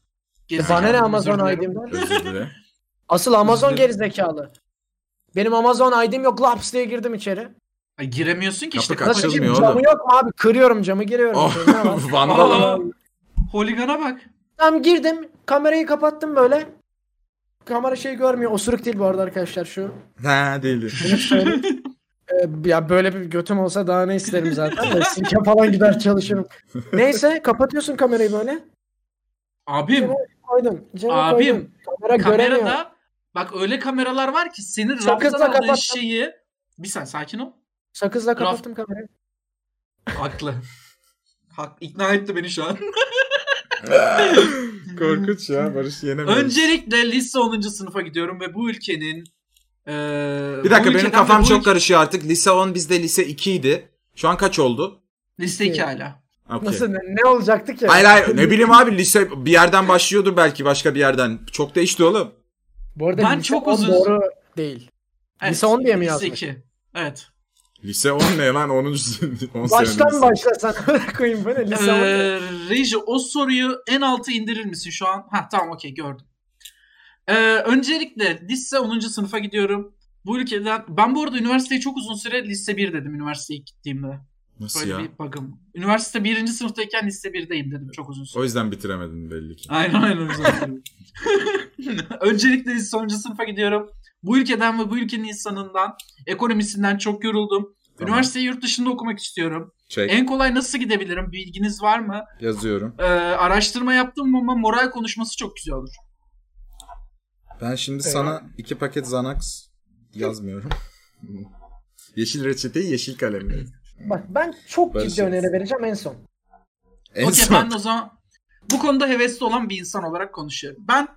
Speaker 2: Gerizekalı,
Speaker 3: Bana E, ne
Speaker 2: özür
Speaker 3: Amazon
Speaker 2: dilerim.
Speaker 3: ID'mden?
Speaker 1: Özür dilerim.
Speaker 3: Asıl Amazon
Speaker 2: Özür dilerim.
Speaker 3: gerizekalı. Benim Amazon ID'm yok. Laps diye girdim içeri.
Speaker 2: Ay, giremiyorsun ki
Speaker 1: Kapı
Speaker 2: işte.
Speaker 1: kaçırmıyor.
Speaker 3: Nasıl gireyim?
Speaker 2: kapatayım.
Speaker 1: oğlum.
Speaker 3: Camı yok mu abi? Kırıyorum camı giriyorum.
Speaker 1: Oh,
Speaker 3: içeri. Ne var?
Speaker 1: Vandal.
Speaker 2: Aa. Holigana bak.
Speaker 3: Tam girdim. Kamerayı kapattım böyle. Kamera şey görmüyor. Osuruk değil bu arada arkadaşlar şu.
Speaker 1: Ha değildi.
Speaker 3: Bunu söyleyeyim. Ee, ya böyle bir götüm olsa daha ne isterim zaten. de. Sirke falan gider çalışırım. Neyse kapatıyorsun kamerayı böyle.
Speaker 2: Abim
Speaker 3: Koydum. Cebe
Speaker 2: Abim,
Speaker 3: koydum. Kamera, göremiyor.
Speaker 2: kamerada bak öyle kameralar var ki senin
Speaker 3: Sakızla
Speaker 2: raftan aldığın
Speaker 3: kapat.
Speaker 2: şeyi bir saniye sakin ol.
Speaker 3: Sakızla kapattım kamerayı.
Speaker 2: Haklı. Hak, ikna etti beni şu an.
Speaker 1: Korkunç ya Barış yenemedi.
Speaker 2: Öncelikle lise 10. sınıfa gidiyorum ve bu ülkenin eee,
Speaker 1: Bir
Speaker 2: bu
Speaker 1: dakika benim
Speaker 2: ülkeden
Speaker 1: kafam
Speaker 2: ve bu
Speaker 1: çok
Speaker 2: ül-
Speaker 1: karışıyor artık. Lise 10 bizde lise 2 idi. Şu an kaç oldu?
Speaker 2: Lise 2 hala.
Speaker 1: Okey.
Speaker 3: Nasıl ne, ne olacaktı ki?
Speaker 1: Hayır hayır ne bileyim abi lise bir yerden başlıyordur belki başka bir yerden. Çok değişti oğlum.
Speaker 3: Bu arada
Speaker 2: Ben
Speaker 3: lise
Speaker 2: çok
Speaker 3: 10
Speaker 2: uzun-
Speaker 3: doğru değil. Lise 10 diye mi
Speaker 2: lise
Speaker 3: yazmış?
Speaker 2: 2. Evet.
Speaker 1: Lise 10 ne lan 10. 10
Speaker 3: Baştan başlasan koyayım böyle lise on değil.
Speaker 2: Eee Reji Ee, o soruyu en altı indirir misin şu an? Ha tamam okey gördüm. Eee, öncelikle lise 10. sınıfa gidiyorum. Bu ülkeden ben bu arada üniversiteyi çok uzun süre lise 1 dedim üniversiteye gittiğimde.
Speaker 1: Nasıl
Speaker 2: Böyle
Speaker 1: ya?
Speaker 2: bir bug'ım. Üniversite birinci sınıftayken lise birdeyim dedim çok uzun süre.
Speaker 1: O yüzden bitiremedin belli ki.
Speaker 2: Aynen aynen zaten. Öncelikle lise sonuncu sınıfa gidiyorum. Bu ülkeden ve bu ülkenin insanından, ekonomisinden çok yoruldum.
Speaker 1: Tamam.
Speaker 2: Üniversiteyi yurt dışında okumak istiyorum.
Speaker 1: Çek
Speaker 2: En kolay nasıl gidebilirim? Bilginiz var mı?
Speaker 1: Şey, yazıyorum.
Speaker 2: Ee, araştırma yaptım ama moral konuşması çok güzel olur.
Speaker 1: Ben şimdi
Speaker 3: Eyvah.
Speaker 1: sana iki paket Xanax yazmıyorum. yeşil reçeteyi yeşil kalemle.
Speaker 3: Bak ben çok
Speaker 1: Ben
Speaker 3: ciddi
Speaker 1: şey-
Speaker 3: öneri vereceğim en son.
Speaker 1: En
Speaker 2: Okey
Speaker 1: son.
Speaker 2: ben de o zaman bu konuda hevesli olan bir insan olarak konuşuyorum. Ben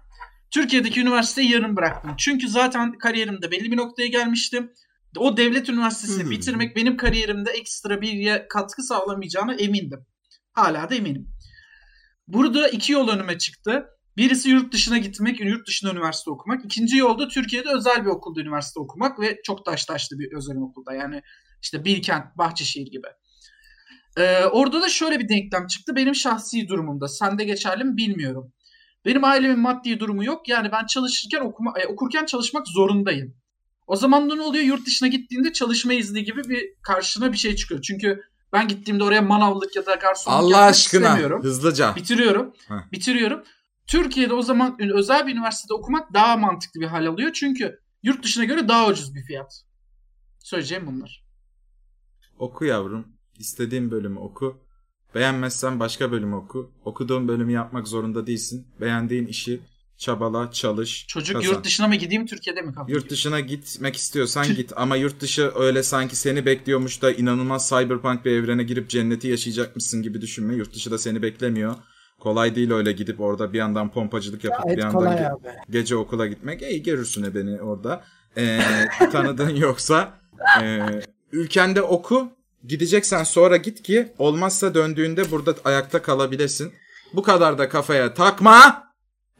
Speaker 2: Türkiye'deki üniversiteyi yarım bıraktım. Çünkü zaten kariyerimde belli bir noktaya gelmiştim. O devlet üniversitesini
Speaker 1: Hmm.
Speaker 2: bitirmek benim kariyerimde ekstra bir ye- katkı sağlamayacağına emindim. Hala da eminim. Burada iki yol önüme çıktı. Birisi yurt dışına gitmek, yurt dışında üniversite okumak. İkinci yolda Türkiye'de özel bir okulda üniversite okumak ve çok taş taşlı bir özel okulda. Yani işte Bilkent, Bahçeşehir gibi. Ee, orada da şöyle bir denklem çıktı. Benim şahsi durumumda. Sende geçerli mi bilmiyorum. Benim ailemin maddi durumu yok. Yani ben çalışırken okuma, e, okurken çalışmak zorundayım. O zaman da ne oluyor? Yurt dışına gittiğinde çalışma izni gibi bir karşına bir şey çıkıyor. Çünkü ben gittiğimde oraya manavlık ya da garsonluk
Speaker 1: Allah
Speaker 2: yapmak
Speaker 1: aşkına
Speaker 2: istemiyorum.
Speaker 1: hızlıca.
Speaker 2: Bitiriyorum.
Speaker 1: Heh.
Speaker 2: Bitiriyorum. Türkiye'de o zaman ün- özel bir üniversitede okumak daha mantıklı bir hal alıyor. Çünkü yurt dışına göre daha ucuz bir fiyat. Söyleyeceğim bunlar.
Speaker 1: Oku yavrum. İstediğin bölümü oku. Beğenmezsen başka bölümü oku. Okuduğun bölümü yapmak zorunda değilsin. Beğendiğin işi çabala, çalış,
Speaker 2: Çocuk
Speaker 1: kazan.
Speaker 2: yurt dışına mı gideyim Türkiye'de mi kalayım?
Speaker 1: Yurt dışına gitmek istiyorsan git ama yurt dışı öyle sanki seni bekliyormuş da inanılmaz cyberpunk bir evrene girip cenneti yaşayacakmışsın gibi düşünme. Yurt dışı da seni beklemiyor. Kolay değil öyle gidip orada bir yandan pompacılık yapıp bir
Speaker 3: Gayet
Speaker 1: yandan
Speaker 3: kolay
Speaker 1: ge-
Speaker 3: abi.
Speaker 1: gece okula gitmek. İyi görürsün beni orada. Ee, tanıdığın yoksa e, ülkende oku. Gideceksen sonra git ki olmazsa döndüğünde burada ayakta kalabilesin. Bu kadar da kafaya takma.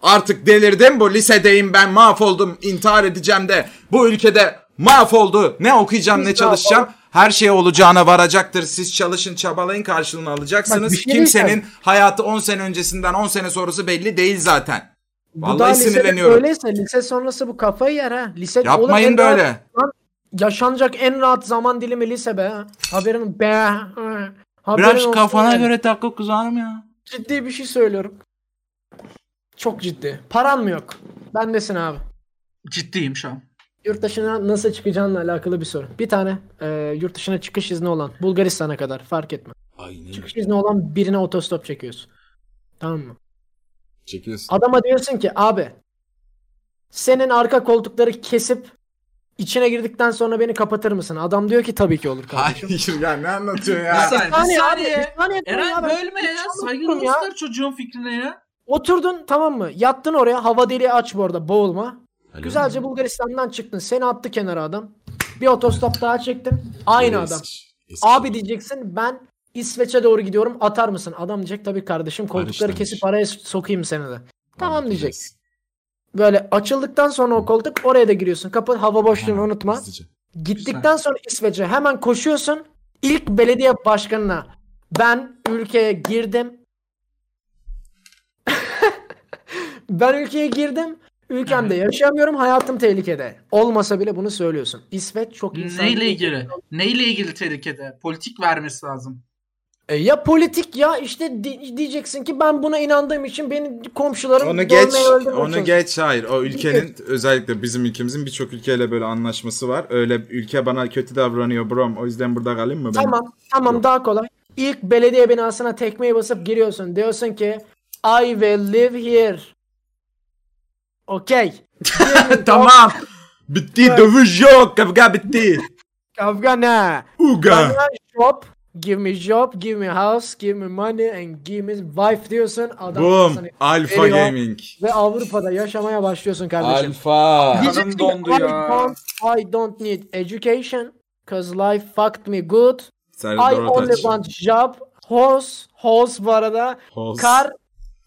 Speaker 1: Artık delirdim bu lisedeyim ben mahvoldum intihar edeceğim de bu ülkede mahvoldu ne okuyacağım ne
Speaker 3: Biz
Speaker 1: çalışacağım her şey olacağına varacaktır siz çalışın çabalayın karşılığını alacaksınız
Speaker 3: Bak, bir şey
Speaker 1: kimsenin
Speaker 3: diyeceğim.
Speaker 1: hayatı 10 sene öncesinden 10 sene sonrası belli değil zaten
Speaker 3: bu daha
Speaker 1: Vallahi
Speaker 3: lisede
Speaker 1: sinirleniyorum.
Speaker 3: Böyleyse lise sonrası bu kafayı yer ha. Lise
Speaker 1: Yapmayın
Speaker 3: Oğlum en rahat-
Speaker 1: böyle.
Speaker 3: yaşanacak en rahat zaman dilimi lise be. ha. Haberin be. ha. Haberin
Speaker 1: Biraz
Speaker 3: olsun
Speaker 1: kafana
Speaker 3: yani.
Speaker 1: göre takıl kızarım ya.
Speaker 3: Ciddi bir şey söylüyorum. Çok ciddi. Paran mı yok? Bendesin abi.
Speaker 2: Ciddiyim şu an.
Speaker 3: Yurt dışına nasıl çıkacağınla alakalı bir soru. Bir tane e, yurt dışına çıkış izni olan Bulgaristan'a kadar fark etme.
Speaker 1: Aynen.
Speaker 3: Çıkış izni olan birine otostop çekiyorsun. Tamam mı?
Speaker 1: Çekiyorsun.
Speaker 3: Adama diyorsun ki abi senin arka koltukları kesip içine girdikten sonra beni kapatır mısın? Adam diyor ki tabii ki olur kardeşim.
Speaker 1: Hayır ya ne anlatıyorsun
Speaker 2: Bir
Speaker 1: ya?
Speaker 2: saniye. Bir saniye.
Speaker 3: bir saniye dur ya,
Speaker 2: Eren
Speaker 3: ben-
Speaker 2: bölme ya.
Speaker 3: Hiç
Speaker 2: Saygılı
Speaker 3: anlatmıyorum ya.
Speaker 2: göster çocuğun fikrine ya.
Speaker 3: Oturdun tamam mı? Yattın oraya. Hava deliği aç bu arada boğulma. Güzelce Bulgaristan'dan çıktın. Seni attı kenara adam. Bir otostop daha çektin. Aynı adam. Abi diyeceksin ben İsveç'e doğru gidiyorum atar mısın? Adam diyecek tabii kardeşim koltukları
Speaker 1: Karıştırmış.
Speaker 3: kesip araya so- sokayım seni de. Tamam diyecek. Böyle açıldıktan sonra o koltuk oraya da giriyorsun. Kapı hava boşluğunu unutma. Gittikten sonra İsveç'e hemen koşuyorsun. İlk belediye başkanına ben ülkeye girdim. ben ülkeye girdim. Ülkemde yaşayamıyorum. Hayatım tehlikede. Olmasa bile bunu söylüyorsun. İsveç çok insan.
Speaker 2: Neyle ilgili? Neyle ilgili tehlikede? Politik vermesi lazım.
Speaker 3: E, ya politik ya işte di- diyeceksin ki ben buna inandığım için beni komşularım
Speaker 1: Onu
Speaker 3: dövmeye,
Speaker 1: geç,
Speaker 3: öldürmeye
Speaker 1: onu
Speaker 3: çalışıyor.
Speaker 1: geç. Hayır, o ülkenin özellikle bizim ülkemizin birçok ülkeyle böyle anlaşması var. Öyle ülke bana kötü davranıyor brom. O yüzden burada kalayım mı ben?
Speaker 3: Tamam tamam
Speaker 1: Yok.
Speaker 3: daha kolay. İlk belediye binasına tekmeyi basıp giriyorsun. Diyorsun ki I will live here. Okey. Diyelim,
Speaker 1: tamam. Bitti
Speaker 3: Evet.
Speaker 1: dövüş yok. Kavga bitti.
Speaker 3: Kavga ne?
Speaker 1: Uga.
Speaker 3: Bana job, give me job, give me house, give me money and give me wife diyorsun. Adam
Speaker 1: Boom.
Speaker 3: sana-
Speaker 1: Alfa
Speaker 3: Veriyor.
Speaker 1: Gaming.
Speaker 3: Ve Avrupa'da yaşamaya başlıyorsun kardeşim.
Speaker 1: Alfa.
Speaker 2: Kanım dondu ya.
Speaker 3: I don't, I don't need education. Cause life fucked me good. I
Speaker 1: Serdar
Speaker 3: only
Speaker 1: Ortaç.
Speaker 3: want job, horse, horse bu arada,
Speaker 1: Host.
Speaker 3: car,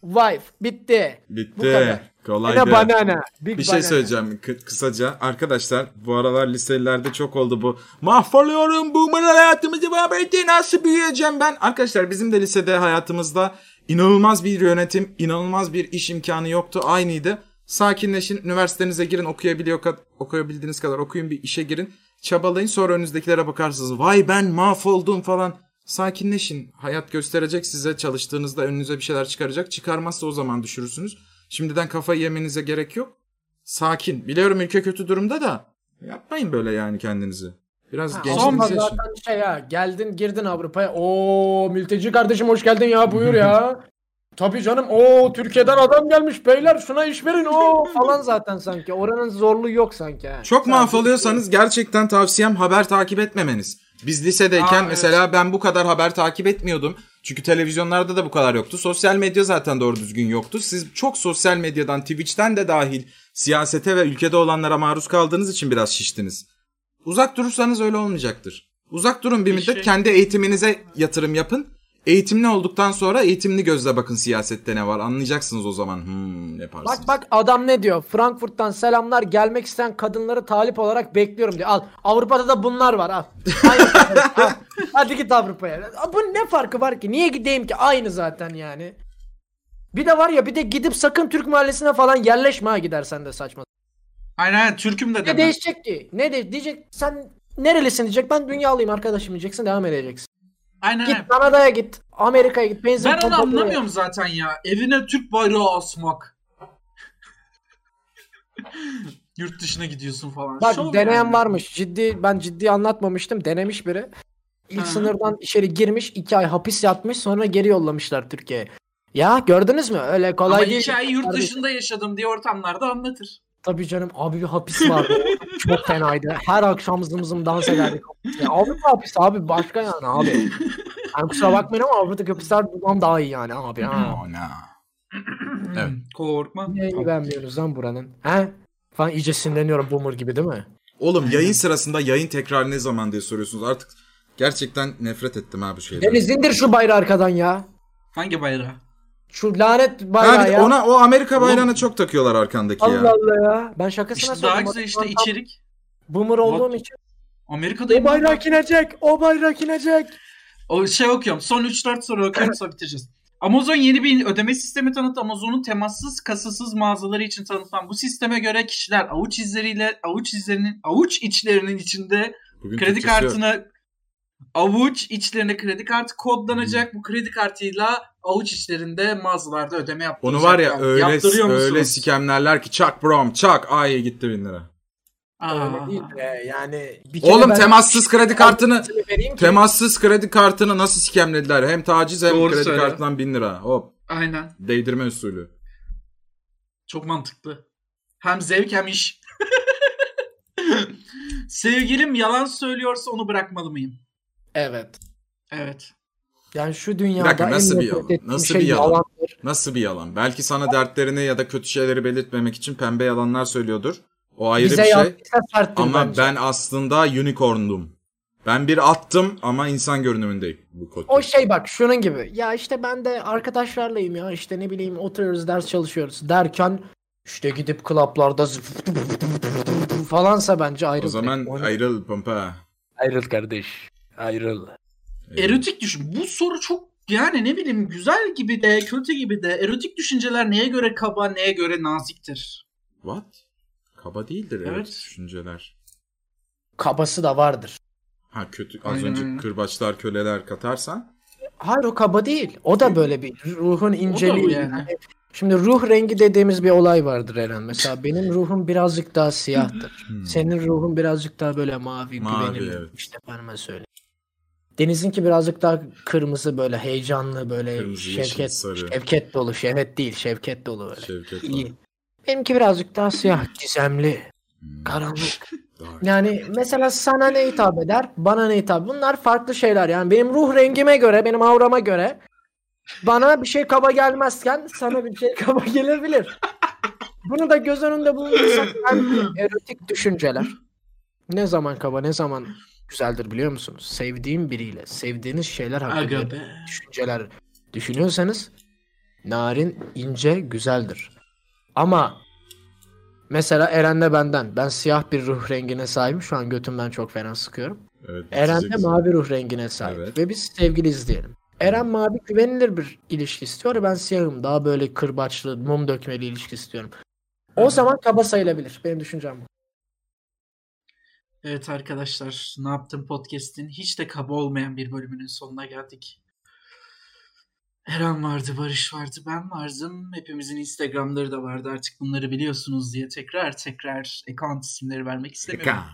Speaker 3: wife. Bitti. Bu
Speaker 1: Bitti.
Speaker 3: kadar.
Speaker 1: Kolay
Speaker 3: Yine
Speaker 1: gelsin.
Speaker 3: banana. Big
Speaker 1: Bir şey
Speaker 3: banana.
Speaker 1: söyleyeceğim kı- kısaca. Arkadaşlar bu aralar liselerde çok oldu bu. Mahvoluyorum boomer hayatımızı mahvetti nasıl büyüyeceğim ben? Arkadaşlar bizim de lisede hayatımızda inanılmaz bir yönetim, inanılmaz bir iş imkanı yoktu. Aynıydı. Sakinleşin, üniversitenize girin, okuyabiliyor kad- okuyabildiğiniz kadar okuyun bir işe girin. Çabalayın sonra önünüzdekilere bakarsınız. Vay ben mahvoldum falan. Sakinleşin. Hayat gösterecek size çalıştığınızda önünüze bir şeyler çıkaracak. Çıkarmazsa o zaman düşürürsünüz. Şimdiden kafayı yemenize gerek yok. Sakin. Biliyorum ülke kötü durumda da yapmayın böyle yani kendinizi. Biraz
Speaker 3: Ha,
Speaker 1: gençliğinizi
Speaker 3: Sonra
Speaker 1: yaşayın.
Speaker 3: zaten şey ya geldin girdin Avrupa'ya. Oo mülteci kardeşim hoş geldin ya buyur ya. Tabii canım o Türkiye'den adam gelmiş beyler şuna iş verin o falan zaten sanki. Oranın zorluğu yok sanki. ha.
Speaker 1: Çok
Speaker 3: Sadece-
Speaker 1: mahvoluyorsanız gerçekten tavsiyem haber takip etmemeniz. Biz
Speaker 2: Aa,
Speaker 1: lisedeyken
Speaker 2: evet.
Speaker 1: mesela ben bu kadar haber takip etmiyordum. Çünkü televizyonlarda da bu kadar yoktu. Sosyal medya zaten doğru düzgün yoktu. Siz çok sosyal medyadan, Twitch'ten de dahil siyasete ve ülkede olanlara maruz kaldığınız için biraz şiştiniz. Uzak durursanız öyle olmayacaktır. Uzak durun bir
Speaker 2: Bir
Speaker 1: müddet
Speaker 2: şey-
Speaker 1: kendi eğitiminize yatırım yapın. Eğitimli olduktan sonra eğitimli gözle bakın siyasette ne var. Anlayacaksınız o zaman. Hmm, ne yaparsınız.
Speaker 3: Bak bak adam ne diyor? Frankfurt'tan selamlar gelmek isteyen kadınları talip olarak bekliyorum diyor. Al Avrupa'da da bunlar var al. Aynı al. Hadi git Avrupa'ya. Aa, Bu ne farkı var ki? Niye gideyim ki? Aynı zaten yani. Bir de var ya bir de gidip sakın Türk mahallesine falan yerleşme ha gidersen de saçma.
Speaker 2: Aynen aynen Türk'üm de
Speaker 3: Ne
Speaker 2: deme.
Speaker 3: değişecek ki? Ne de diyecek sen nerelisin diyecek ben dünyalıyım arkadaşım diyeceksin devam edeceksin.
Speaker 2: Aynen aynen.
Speaker 3: Git Kanada'ya git Amerika'ya git
Speaker 2: Ben
Speaker 3: benzin
Speaker 2: onu
Speaker 3: pompalarına git.
Speaker 2: anlamıyorum zaten ya. Evine Türk bayrağı asmak. Yurt dışına gidiyorsun falan.
Speaker 3: Bak
Speaker 2: Şov
Speaker 3: deneyen
Speaker 2: yani.
Speaker 3: varmış. Ciddi ben ciddi anlatmamıştım. Denemiş biri. İlk
Speaker 2: Ha.
Speaker 3: sınırdan içeri girmiş, iki ay hapis yatmış, sonra geri yollamışlar Türkiye'ye. Ya gördünüz mü? Öyle kolay
Speaker 2: Ama
Speaker 3: değil.
Speaker 2: iki ay yurt
Speaker 3: Kardeşim.
Speaker 2: dışında yaşadım diye ortamlarda anlatır.
Speaker 3: Tabii canım abi bir hapis vardı. Çok fenaydı. Her akşam zım zım dans ederdik. Ya, Avrupa hapisi abi başka yani abi. Yani kusura bakmayın ama Avrupa'daki hapisler bundan daha iyi yani abi. Ha.
Speaker 1: Ona. Evet.
Speaker 2: Hmm. Korkma.
Speaker 3: Neyi beğenmiyorsunuz lan buranın? He? Falan iyice sinirleniyorum boomer gibi değil mi?
Speaker 1: Oğlum yayın sırasında yayın tekrar ne zaman diye soruyorsunuz. Artık gerçekten nefret ettim abi bu şeyden.
Speaker 3: Deniz indir şu bayrağı arkadan ya.
Speaker 2: Hangi bayrağı?
Speaker 3: Şu lanet bayrağı
Speaker 1: Abi
Speaker 3: ya.
Speaker 1: ona o Amerika bayrağına çok takıyorlar arkandaki
Speaker 3: Allah
Speaker 1: ya.
Speaker 3: Allah ya. Ben şakasına
Speaker 2: İşte daha
Speaker 3: söyledim.
Speaker 2: güzel işte
Speaker 3: Tam
Speaker 2: içerik.
Speaker 3: Boomer olduğum için.
Speaker 2: Amerika'da
Speaker 3: O bayrak inecek. O bayrak inecek.
Speaker 2: O şey okuyorum. Son 3-4 soru okuyorum sonra bitireceğiz. Amazon yeni bir ödeme sistemi tanıttı. Amazon'un temassız, kasasız mağazaları için tanıtılan bu sisteme göre kişiler avuç izleriyle avuç izlerinin avuç içlerinin içinde
Speaker 1: Bugün
Speaker 2: kredi
Speaker 1: Türkçesi yok.
Speaker 2: kartını avuç içlerine kredi kartı kodlanacak. Bu kredi kartıyla avuç içlerinde mağazalarda ödeme yaptıracak.
Speaker 1: Onu var ya
Speaker 2: Yani
Speaker 1: öyle
Speaker 2: Şey yaptırıyor
Speaker 1: öyle
Speaker 2: musunuz?
Speaker 1: sikemlerler ki çak brom çak ay gitti bin lira.
Speaker 2: Aa.
Speaker 3: Öyle değil de yani. Bir kere
Speaker 1: Oğlum
Speaker 3: ben- şey
Speaker 1: temassız kredi kartını
Speaker 3: vereyim ki-
Speaker 1: temassız kredi kartını nasıl sikemlediler? Hem taciz hem
Speaker 2: Doğru
Speaker 1: kredi
Speaker 2: söyle.
Speaker 1: kartından bin lira. Hop
Speaker 2: Aynen.
Speaker 1: değdirme usulü.
Speaker 2: Çok mantıklı. Hem zevk hem iş. Sevgilim yalan söylüyorsa onu bırakmalı mıyım?
Speaker 3: Evet.
Speaker 2: Evet.
Speaker 3: Yani şu
Speaker 1: Bir dakika,
Speaker 3: dünyada
Speaker 1: nasıl
Speaker 3: en
Speaker 1: bir
Speaker 3: nefret
Speaker 1: yalan?
Speaker 3: ettiğim
Speaker 1: Nasıl
Speaker 3: şey
Speaker 1: bir yalan?
Speaker 3: yalandır.
Speaker 1: Nasıl bir yalan? Belki sana dertlerini ya da kötü şeyleri belirtmemek için pembe yalanlar söylüyordur. O ayrı
Speaker 3: Bize
Speaker 1: bir şey.
Speaker 3: yaptıysa serttir
Speaker 1: Ama
Speaker 3: bence.
Speaker 1: ben aslında unicorn'dum. Ben bir attım ama insan görünümündeyim bu kod.
Speaker 3: O şey bak şunun gibi. Ya işte ben de arkadaşlarlayım ya işte ne bileyim oturuyoruz ders çalışıyoruz derken işte gidip klaplarda zıp- falansa bence ayrıl.
Speaker 1: O zaman
Speaker 3: Onu-
Speaker 1: ayrıl pompa.
Speaker 3: ayrıl kardeş. Ayrıl.
Speaker 2: Erotik düşün. Bu soru çok yani ne bileyim güzel gibi de kötü gibi de erotik düşünceler neye göre kaba neye göre naziktir.
Speaker 1: What? Kaba değildir evet,
Speaker 2: Evet.
Speaker 1: düşünceler.
Speaker 3: Kabası da vardır.
Speaker 1: Ha kötü az
Speaker 2: Aynen
Speaker 1: önce
Speaker 2: öyle.
Speaker 1: kırbaçlar köleler katarsan.
Speaker 3: Hayır o kaba değil. O da böyle bir ruhun inceliği.
Speaker 2: yani.
Speaker 3: Yani Şimdi ruh rengi dediğimiz bir olay vardır Eren. Mesela benim ruhum birazcık daha siyahtır.
Speaker 1: Hmm.
Speaker 3: Senin ruhun birazcık daha böyle mavi,
Speaker 1: Mavi,
Speaker 3: güvenilir.
Speaker 1: evet.
Speaker 3: İşte bana söyle. Deniz'inki birazcık daha kırmızı böyle heyecanlı böyle
Speaker 1: Kırmızı, yeşil,
Speaker 3: şevket,
Speaker 1: sarı.
Speaker 3: şevket dolu. Şevket değil şevket dolu böyle.
Speaker 1: Şevket
Speaker 3: İyi. Benimki birazcık daha siyah, gizemli,
Speaker 1: Hmm,
Speaker 3: karanlık.
Speaker 1: daha-
Speaker 3: Yani mesela sana ne hitap eder, bana ne hitap. Bunlar farklı şeyler. Yani benim ruh rengime göre, benim avrama göre bana bir şey kaba gelmezken sana bir şey kaba gelebilir. Bunu da göz önünde bulundursak bence erotik düşünceler. Ne zaman kaba, ne zaman güzeldir biliyor musunuz? Sevdiğim biriyle, sevdiğiniz şeyler hakkında
Speaker 2: Aga be.
Speaker 3: düşünceler düşünüyorsanız narin, ince, güzeldir. Ama mesela Eren'le benden. Ben siyah bir ruh rengine sahibim. Şu an götümden çok fena sıkıyorum.
Speaker 1: Evet,
Speaker 3: Eren de
Speaker 1: bitecek
Speaker 3: mavi ruh rengine sahip.
Speaker 1: Evet.
Speaker 3: Ve biz sevgiliyiz diyelim. Eren mavi güvenilir bir ilişki istiyor. Ben siyahım. Daha böyle kırbaçlı, mum dökmeli ilişki istiyorum. O zaman kaba sayılabilir. Benim düşüncem bu.
Speaker 2: Evet arkadaşlar ne yaptım podcast'in hiç de kaba olmayan bir bölümünün sonuna geldik. Eren vardı, Barış vardı, ben vardım. Hepimizin Instagram'ları da vardı artık bunları biliyorsunuz diye tekrar tekrar account isimleri vermek istemiyorum.
Speaker 1: Eka.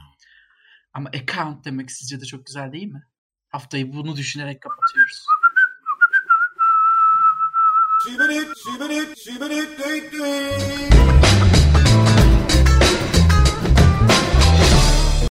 Speaker 2: Ama account demek sizce de çok güzel değil mi? Haftayı bunu düşünerek kapatıyoruz.
Speaker 4: Shibbity, shibbity, shibbity, dee, dee.